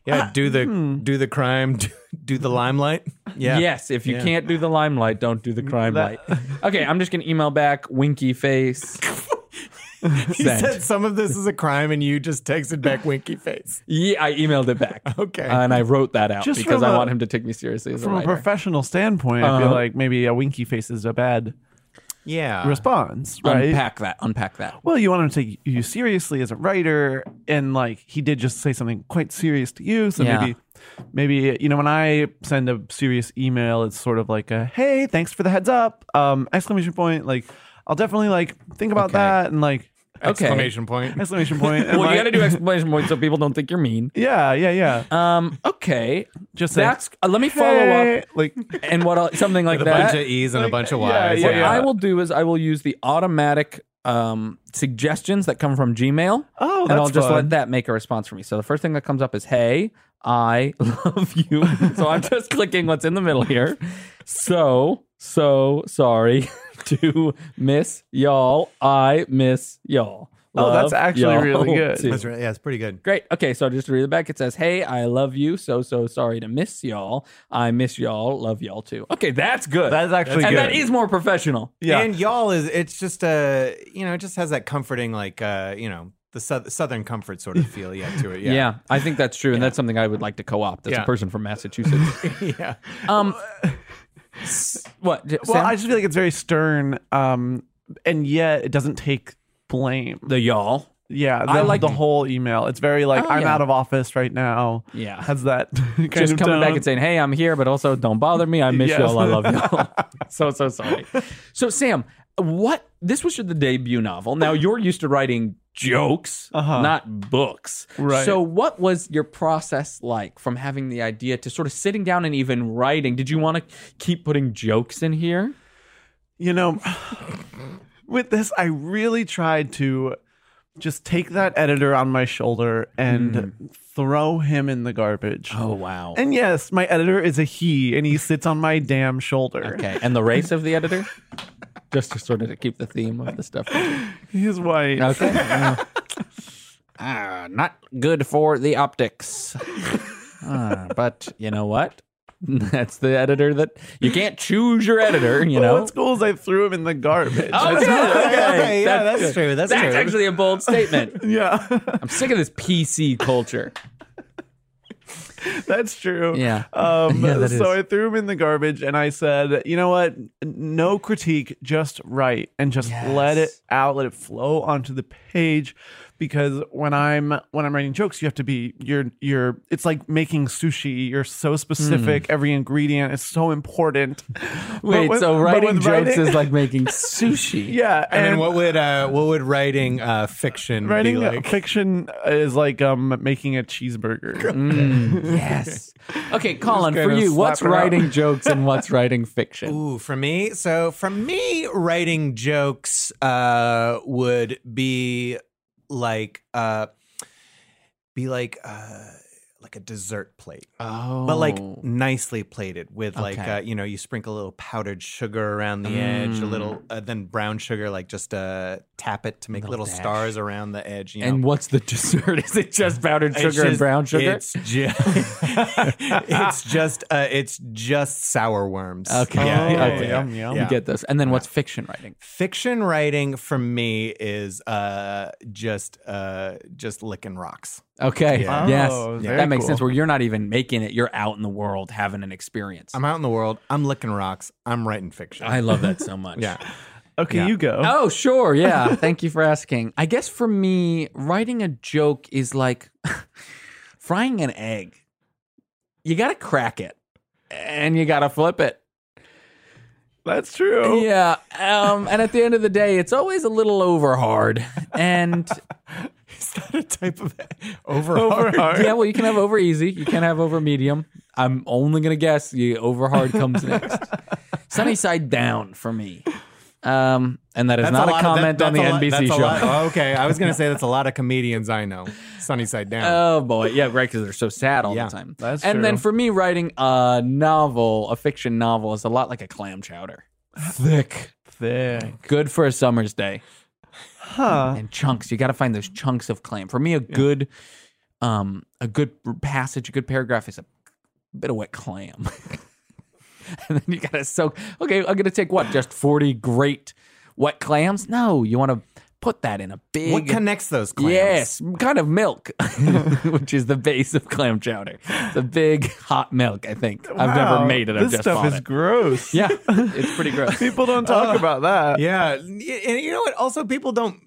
Speaker 11: Yeah, do the do the crime, do, do the limelight. Yeah.
Speaker 10: Yes, if you
Speaker 11: Yeah.
Speaker 10: can't do the limelight, don't do the crime
Speaker 12: That-
Speaker 10: light. Okay, I'm just going to email back winky face.
Speaker 11: He
Speaker 10: Send.
Speaker 11: said some of this is a crime and you just texted back winky face.
Speaker 10: Yeah, I emailed it back.
Speaker 11: Okay.
Speaker 10: And I wrote that out
Speaker 12: Just
Speaker 10: because
Speaker 12: from
Speaker 10: I
Speaker 12: a-
Speaker 10: want him to take me seriously as a
Speaker 12: From a
Speaker 10: writer.
Speaker 12: professional standpoint, I feel
Speaker 10: Uh-huh.
Speaker 12: like maybe a winky face is a bad.
Speaker 11: yeah.
Speaker 12: responds, right?
Speaker 10: Unpack that. Unpack that.
Speaker 12: Well, you want him to take you seriously as a writer, and like he did just say something quite serious to you. So
Speaker 10: Yeah.
Speaker 12: maybe, maybe you know when I send a serious email, it's sort of like a hey, thanks for the heads up, um, exclamation point. Like I'll definitely like think about that and like
Speaker 10: Okay.
Speaker 11: Exclamation point.
Speaker 12: exclamation point. and,
Speaker 10: well, you
Speaker 12: like-
Speaker 10: got to do exclamation points so people don't think you're mean.
Speaker 12: Yeah, yeah, yeah.
Speaker 10: Um. Okay.
Speaker 12: Just say,
Speaker 10: That's. Uh, let me follow
Speaker 12: "Hey,"
Speaker 10: up.
Speaker 12: like
Speaker 10: And what I'll- something like
Speaker 11: With a
Speaker 10: that.
Speaker 11: bunch of E's and a bunch of Y's.
Speaker 12: yeah,
Speaker 10: what I will do is I will use the automatic um, suggestions that come from Gmail.
Speaker 12: Oh,
Speaker 10: and
Speaker 12: that's
Speaker 10: I'll just
Speaker 12: fun.
Speaker 10: let that make a response for me. So the first thing that comes up is, "Hey, I love you." so I'm just clicking what's in the middle here. So so sorry to miss y'all. I miss y'all.
Speaker 12: Oh, that's
Speaker 10: Love
Speaker 12: actually
Speaker 10: y'all
Speaker 12: really good.
Speaker 10: too.
Speaker 11: That's right. Yeah, it's pretty good.
Speaker 10: Great. Okay, so just to read it back, it says, "Hey, I love you. So so sorry to miss y'all. I miss y'all. Love y'all too." Okay, that's good.
Speaker 12: That's actually
Speaker 10: and
Speaker 12: good.
Speaker 10: that is more professional.
Speaker 12: Yeah.
Speaker 11: And y'all is it's just uh, you know, it just has that comforting like uh, you know, the sou- southern comfort sort of feel yeah to it.
Speaker 10: Yeah.
Speaker 11: Yeah.
Speaker 10: I think that's true, and that's something I would like to co-opt as
Speaker 11: Yeah.
Speaker 10: a person from Massachusetts.
Speaker 11: Yeah.
Speaker 10: um, s- what? j-
Speaker 12: Well,
Speaker 10: Sam?
Speaker 12: I just feel like it's very stern, um, and yet it doesn't take blame.
Speaker 10: the y'all.
Speaker 12: Yeah, the,
Speaker 10: I like-
Speaker 12: the whole email. It's very like
Speaker 10: Oh,
Speaker 12: I'm
Speaker 10: yeah.
Speaker 12: out of office right now.
Speaker 10: Yeah.
Speaker 12: has that kind
Speaker 10: Just
Speaker 12: of
Speaker 10: coming back
Speaker 12: tone.
Speaker 10: and saying, "Hey, I'm here, but also don't bother me. I miss
Speaker 12: Yes.
Speaker 10: y'all. I love y'all. so so sorry." So Sam, what? This was your the debut novel. Now you're used to writing jokes,
Speaker 12: Uh-huh.
Speaker 10: not books.
Speaker 12: Right.
Speaker 10: So what was your process like from having the idea to sort of sitting down and even writing? Did you want to keep putting jokes in here?
Speaker 12: you know, with this, I really tried to just take that editor on my shoulder and
Speaker 10: Hmm.
Speaker 12: throw him in the garbage.
Speaker 10: wow.
Speaker 12: And yes, my editor is a he, and he sits on my damn shoulder.
Speaker 10: Okay, and the race of the editor, just to sort of to keep the theme of the stuff.
Speaker 12: He's white.
Speaker 10: Okay. Ah, not good for the optics. Ah, but you know what? That's the editor that you can't choose your editor. You know. Oh.
Speaker 12: What's cool is I threw him in the garbage.
Speaker 10: Okay, okay,
Speaker 11: yeah, that's true, that's
Speaker 10: that's
Speaker 11: true.
Speaker 10: actually a bold statement.
Speaker 12: yeah.
Speaker 10: I'm sick of this PC culture.
Speaker 12: That's true.
Speaker 10: Yeah.
Speaker 12: Um,
Speaker 10: Yeah, that
Speaker 12: so
Speaker 10: is.
Speaker 12: I threw him in the garbage and I said, you know what? No critique, just write and just let it
Speaker 10: Yes.
Speaker 12: out, let it flow onto the page. Because when I'm when I'm writing jokes, you have to be you're you're it's like making sushi. You're so specific.
Speaker 10: Hmm.
Speaker 12: Every ingredient is so important. But
Speaker 10: Wait,
Speaker 12: with-
Speaker 10: so
Speaker 12: but
Speaker 10: writing
Speaker 12: with
Speaker 10: jokes
Speaker 12: writing-
Speaker 10: is like making sushi.
Speaker 12: yeah.
Speaker 11: And, uh, then what would uh what would writing uh fiction
Speaker 12: writing
Speaker 11: be like?
Speaker 12: fiction is like um making a cheeseburger.
Speaker 10: Mm, yes. Okay, Colin, for
Speaker 12: kinda
Speaker 10: you, what's
Speaker 12: slapping it up.
Speaker 10: writing jokes and what's writing fiction?
Speaker 11: Ooh, for me, so for me, writing jokes uh, would be like uh, be like uh, like a dessert plate,
Speaker 10: Oh,
Speaker 11: but like nicely plated with like
Speaker 10: Okay.
Speaker 11: uh, you know you sprinkle a little powdered sugar around the edge, a little uh, then brown sugar, like just uh, tap it to make
Speaker 10: Mm. Little
Speaker 11: little,
Speaker 10: dash.
Speaker 11: stars around the edge. You know?
Speaker 10: and what's the dessert? Is it just powdered sugar
Speaker 11: It's
Speaker 10: and
Speaker 11: just-
Speaker 10: brown sugar?
Speaker 11: It's just it's just uh, it's just sour worms.
Speaker 10: Okay.
Speaker 11: Yeah,
Speaker 10: Oh,
Speaker 11: yeah,
Speaker 10: okay.
Speaker 11: yeah,
Speaker 12: Yum, yum.
Speaker 11: yeah.
Speaker 10: You get this. And then what's fiction writing?
Speaker 11: Fiction writing for me is uh, just uh, just licking rocks.
Speaker 10: Okay.
Speaker 11: Yeah.
Speaker 10: Yes.
Speaker 12: Oh, very
Speaker 10: That makes
Speaker 12: cool.
Speaker 10: sense where you're not even making it. You're out in the world having an experience.
Speaker 11: I'm out in the world. I'm licking rocks. I'm writing fiction.
Speaker 10: I love that so much.
Speaker 11: Yeah.
Speaker 12: Okay,
Speaker 11: Yeah.
Speaker 12: you go.
Speaker 10: Oh, sure. Yeah. Thank you for asking. I guess for me, writing a joke is like frying an egg. You got to crack it and you got to flip it.
Speaker 12: That's true.
Speaker 10: Yeah. Um, and at the end of the day, it's always a little over hard. And
Speaker 11: Is that a type of over
Speaker 12: Over hard.
Speaker 10: yeah, well, you can have over easy. You can have over medium. I'm only going to guess the over hard comes next. Sunny side down for me. Um, and that is not a,
Speaker 11: lot of- that-
Speaker 10: comment on the
Speaker 11: that's a lot-
Speaker 10: NBC
Speaker 11: that's a
Speaker 10: show.
Speaker 11: lot- oh, okay, I was gonna say that's a lot of comedians I know. Sunny side down.
Speaker 10: Oh boy, yeah, right. Because they're so sad all
Speaker 11: Yeah,
Speaker 10: the time.
Speaker 12: that's
Speaker 10: and then
Speaker 12: true.
Speaker 10: for me, writing a novel, a fiction novel, is a lot like a clam chowder. Thick,
Speaker 12: Thick.
Speaker 10: good for a summer's day,
Speaker 12: Huh.
Speaker 10: and chunks. You got to find
Speaker 12: Mm-hmm.
Speaker 10: those chunks of clam. For me, a good, um, a good passage, a good paragraph is a bit of wet clam. and then you got to soak. Okay, I'm gonna take what? Just forty great wet clams? No, you want to put that in a big.
Speaker 11: What connects those clams?
Speaker 10: Yes, kind of milk, which is the base of clam chowder. The big hot milk. I think I've
Speaker 12: Wow,
Speaker 10: never made it. I've
Speaker 12: this
Speaker 10: just
Speaker 12: stuff
Speaker 10: bought
Speaker 12: is
Speaker 10: it. Uh,
Speaker 12: gross.
Speaker 10: Yeah, it's pretty gross.
Speaker 12: People don't talk about that.
Speaker 11: Yeah, and you know what? Also, people don't.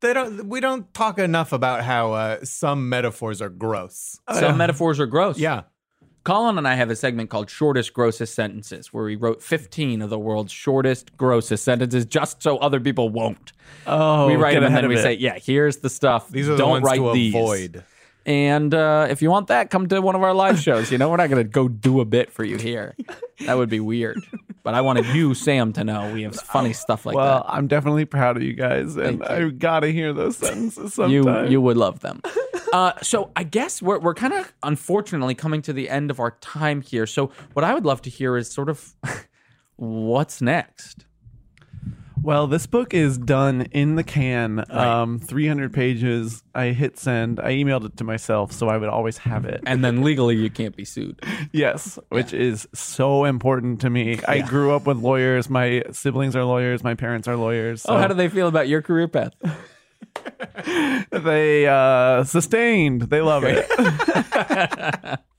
Speaker 11: They don't. We don't talk enough about how uh, some metaphors are gross.
Speaker 10: Some metaphors are gross.
Speaker 11: Oh, Yeah.
Speaker 10: Colin and I have a segment called Shortest Grossest Sentences, where we wrote 15 of the world's shortest, grossest sentences just so other people won't.
Speaker 12: Oh,
Speaker 10: we write
Speaker 12: get
Speaker 10: them and
Speaker 12: ahead
Speaker 10: then
Speaker 12: of
Speaker 10: we
Speaker 12: it.
Speaker 10: say, yeah, here's the stuff.
Speaker 11: These are the
Speaker 10: Don't
Speaker 11: ones
Speaker 10: write
Speaker 11: to
Speaker 10: these.
Speaker 11: avoid.
Speaker 10: And uh, if you want that, come to one of our live shows. You know, we're not going to go do a bit for you here. That would be weird. But I wanted you, Sam, to know we have funny stuff like
Speaker 12: well,
Speaker 10: that.
Speaker 12: I'm definitely proud of you guys, and I gotta hear those sentences sometime.
Speaker 10: You you would love them. Uh, so I guess we're we're kind of unfortunately coming to the end of our time here. So what I would love to hear is sort of what's next.
Speaker 12: Well, this book is done in the can. Um, 300 pages. I hit send. I emailed it to myself, so I would always have it.
Speaker 10: And then legally, you can't be sued.
Speaker 12: Yes, which is so important to me. I grew up with lawyers. My siblings are lawyers. My parents are lawyers.
Speaker 10: Oh, how do they feel about your career path?
Speaker 12: they? They uh, sustained. They love it.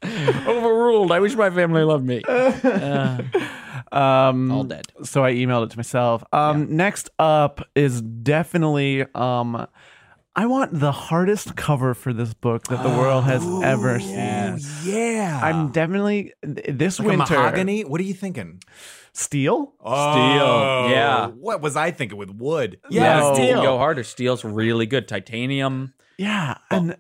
Speaker 10: Overruled. I wish my family loved me. Uh,
Speaker 12: Um,
Speaker 10: All dead.
Speaker 12: So I emailed it to myself. Um, Next up is definitely. Um, I want the hardest cover for this book that the world has ever
Speaker 11: Oh,
Speaker 12: seen.
Speaker 11: Yeah.
Speaker 12: I'm definitely th- this
Speaker 11: Like a
Speaker 12: winter.
Speaker 11: mahogany. What are you thinking?
Speaker 12: Steel?
Speaker 11: Oh,
Speaker 10: yeah.
Speaker 11: What was I thinking with wood?
Speaker 12: No.
Speaker 10: you can go harder. Steel's really good. Titanium.
Speaker 12: Yeah.
Speaker 11: Oh.
Speaker 12: And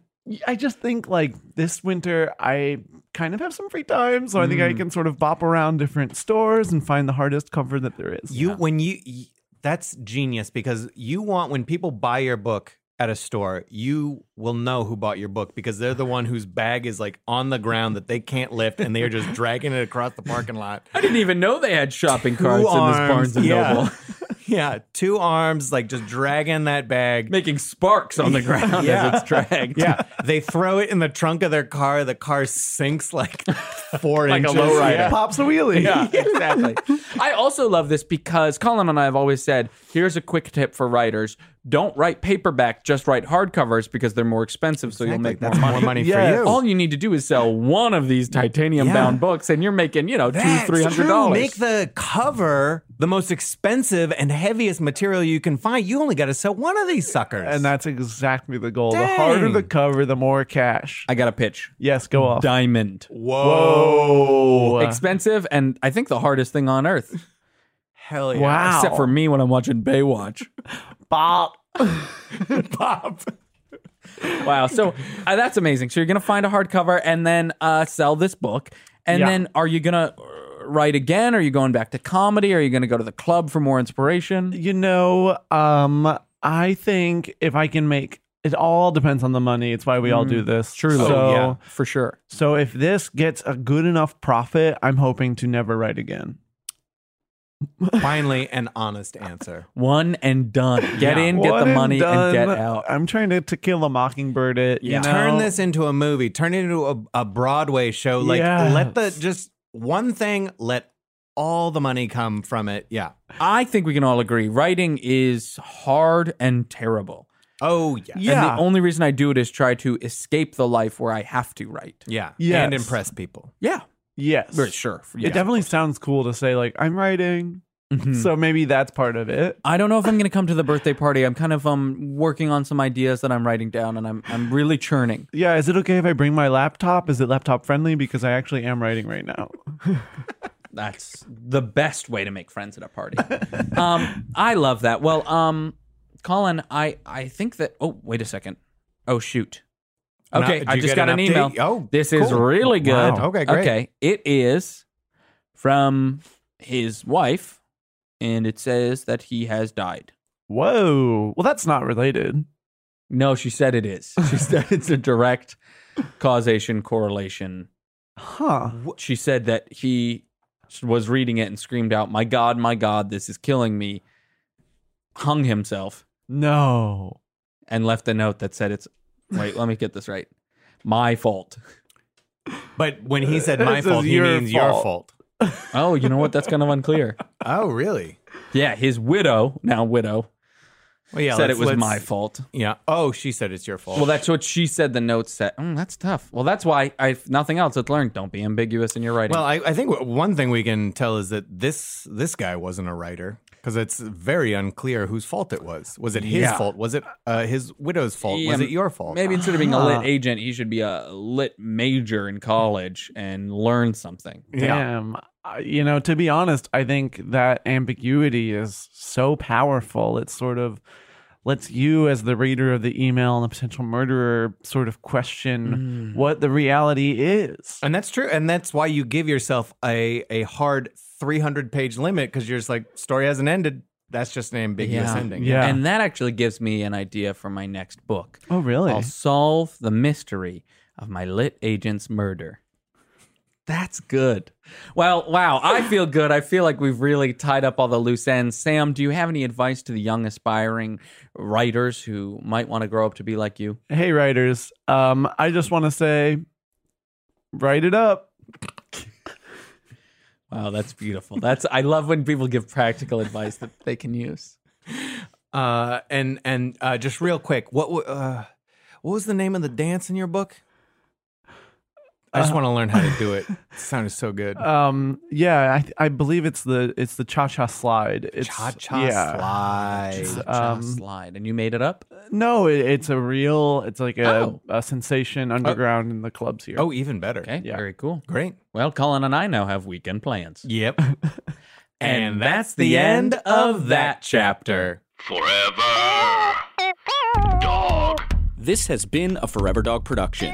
Speaker 12: I just think like this winter, I kind of have some free time. So I
Speaker 11: Mm.
Speaker 12: think I can sort of bop around different stores and find the hardest cover that there is.
Speaker 11: You when you y- that's genius because you want when people buy your book at a store, you will know who bought your book because they're the one whose bag is like on the ground that they can't lift and they are just dragging it across the parking lot.
Speaker 10: I didn't even know they had shopping carts
Speaker 11: Two
Speaker 10: in this Barnes and
Speaker 11: yeah.
Speaker 10: Noble.
Speaker 11: yeah, two arms like just dragging that bag.
Speaker 10: Making sparks on the ground
Speaker 11: Yeah.
Speaker 10: as it's dragged.
Speaker 11: Yeah, they throw it in the trunk of their car. The car sinks like four
Speaker 10: Like a
Speaker 11: inches.
Speaker 10: lowrider.
Speaker 11: Yeah.
Speaker 12: Pops a wheelie.
Speaker 10: Yeah, exactly. I also love this because Colin and I have always said here's a quick tip for writers don't write paperback, just write hardcovers because they're more expensive, so you'll
Speaker 11: Exactly.
Speaker 10: make more
Speaker 11: That's
Speaker 10: money.
Speaker 11: more money for
Speaker 12: Yes.
Speaker 11: you.
Speaker 10: All you need to do is sell one of these titanium bound books, and you're making, you know, two, three hundred dollars.
Speaker 11: Make the cover the most expensive and heaviest material you can find. You only got to sell one of these suckers.
Speaker 12: And that's exactly the goal. The
Speaker 11: Dang.
Speaker 12: harder the cover, the more cash.
Speaker 10: I got a pitch.
Speaker 12: yes, go off.
Speaker 10: Diamond. Oh.
Speaker 11: whoa,
Speaker 10: Expensive and I think the hardest thing on earth.
Speaker 11: hell yeah!
Speaker 12: Wow.
Speaker 10: Except for me when I'm watching Baywatch.
Speaker 12: Bop.
Speaker 11: Bob.
Speaker 10: Wow. So uh, that's amazing. So you're going to find a hardcover and then uh, sell this book. And
Speaker 12: Yeah.
Speaker 10: then are you going to write again? Are you going back to comedy? Are you going to go to the club for more inspiration?
Speaker 12: You know, um, I think if I can make it all depends on the money. It's why we all do this. Truly. So,
Speaker 10: Oh, yeah, for sure.
Speaker 12: so if this gets a good enough profit, I'm hoping to never write again.
Speaker 11: Finally, an honest answer.
Speaker 10: One and done. Get
Speaker 11: Yeah.
Speaker 10: in, get
Speaker 12: One
Speaker 10: the money,
Speaker 12: done.
Speaker 10: and get out.
Speaker 12: I'm trying to, to kill a mockingbird it. You
Speaker 10: Yeah.
Speaker 12: know?
Speaker 11: Turn this into a movie. Turn it into a, a Broadway show. Like let the
Speaker 12: Yes.
Speaker 11: just one thing. Let all the money come from it. Yeah.
Speaker 10: I think we can all agree writing is hard and terrible.
Speaker 11: Oh yeah.
Speaker 12: Yeah.
Speaker 10: And the only reason I do it is try to escape the life where I have to write.
Speaker 11: Yeah.
Speaker 12: Yes.
Speaker 11: And impress people.
Speaker 10: Yeah.
Speaker 12: Yes.
Speaker 10: For sure. Yeah.
Speaker 12: It definitely sounds cool to say like I'm writing.
Speaker 10: Mhm.
Speaker 12: So maybe that's part of it.
Speaker 10: I don't know if I'm going to come to the birthday party. I'm kind of um working on some ideas that I'm writing down, and I'm I'm really churning.
Speaker 12: Yeah, is it okay if I bring my laptop? Is it laptop friendly? Because I actually am writing right now.
Speaker 10: That's the best way to make friends at a party. um, I love that. Well, um, Colin, I I think that. Oh, wait a second. Oh shoot.
Speaker 11: No,
Speaker 10: Okay,
Speaker 11: did
Speaker 10: I
Speaker 11: you
Speaker 10: just
Speaker 11: get
Speaker 10: got an,
Speaker 11: an
Speaker 10: email.
Speaker 11: update? Oh,
Speaker 10: this is
Speaker 11: cool.
Speaker 10: really good.
Speaker 11: Wow. Okay, great.
Speaker 10: Okay, it is from his wife, and it says that he has died.
Speaker 12: Whoa. Well, that's not related.
Speaker 10: No, she said it is. She said it's a direct causation correlation.
Speaker 12: Huh.
Speaker 10: She said that he was reading it and screamed out, "My God, my God, this is killing me!" Hung himself
Speaker 12: No.
Speaker 10: and left a note that said, "It's wait, let me get this right. My fault."
Speaker 11: But when he said
Speaker 12: It
Speaker 11: my
Speaker 12: says
Speaker 11: fault, he
Speaker 12: your
Speaker 11: means your
Speaker 12: fault.
Speaker 11: fault.
Speaker 10: Oh, you know what? That's kind of unclear.
Speaker 11: Oh, really?
Speaker 10: Yeah, his widow now widow Well, yeah, said it was my fault.
Speaker 11: Yeah. Oh, she said it's your fault.
Speaker 10: Well, that's what she said. The note said. Mm, that's tough. Well, that's why I. If nothing else, it's learned. Don't be ambiguous in your writing.
Speaker 11: Well, I, I think w- one thing we can tell is that this this guy wasn't a writer because it's very unclear whose fault it was. Was it his
Speaker 10: Yeah.
Speaker 11: fault? Was it uh, his widow's fault?
Speaker 10: Yeah,
Speaker 11: was it your fault?
Speaker 10: Maybe instead of being a
Speaker 11: Ah.
Speaker 10: lit agent, he should be a lit major in college and learn something.
Speaker 12: Damn. I- You know, to be honest, I think that ambiguity is so powerful. It sort of lets you, as the reader of the email and the potential murderer, sort of question what the reality is.
Speaker 11: And that's true. And that's why you give yourself a, a hard 300 page limit because you're just like, story hasn't ended. That's just an ambiguous ending.
Speaker 10: And that actually gives me an idea for my next book.
Speaker 12: Oh, really?
Speaker 10: I'll solve the mystery of my lit agent's murder. That's good. Well, wow, I feel good. I feel like we've really tied up all the loose ends. Sam, do you have any advice to the young aspiring writers who might want to grow up to be like you?
Speaker 12: Hey, writers, um, I just want to say, write it up.
Speaker 10: Wow, that's beautiful. That's I love when people give practical advice that they can use.
Speaker 11: Uh, and and uh, just real quick, what wa- uh, what was the name of the dance in your book? I just
Speaker 12: Uh,
Speaker 11: want to learn how to do it. it sounded so good.
Speaker 10: Uh,
Speaker 12: Um, yeah, I, th- I believe it's the it's the cha cha slide. It's
Speaker 11: Cha-cha
Speaker 12: yeah.
Speaker 11: slide.
Speaker 12: It's,
Speaker 10: Cha-cha
Speaker 12: um,
Speaker 10: slide. And you made it up?
Speaker 12: No, it, it's a real. It's like a, a sensation underground in the clubs here.
Speaker 11: Oh, even better.
Speaker 10: Okay, very cool.
Speaker 11: Great.
Speaker 10: Well, Colin and I now have weekend plans.
Speaker 11: Yep.
Speaker 10: and that's the end of that chapter.
Speaker 1: Forever. Dog.
Speaker 14: This has been a Forever Dog production.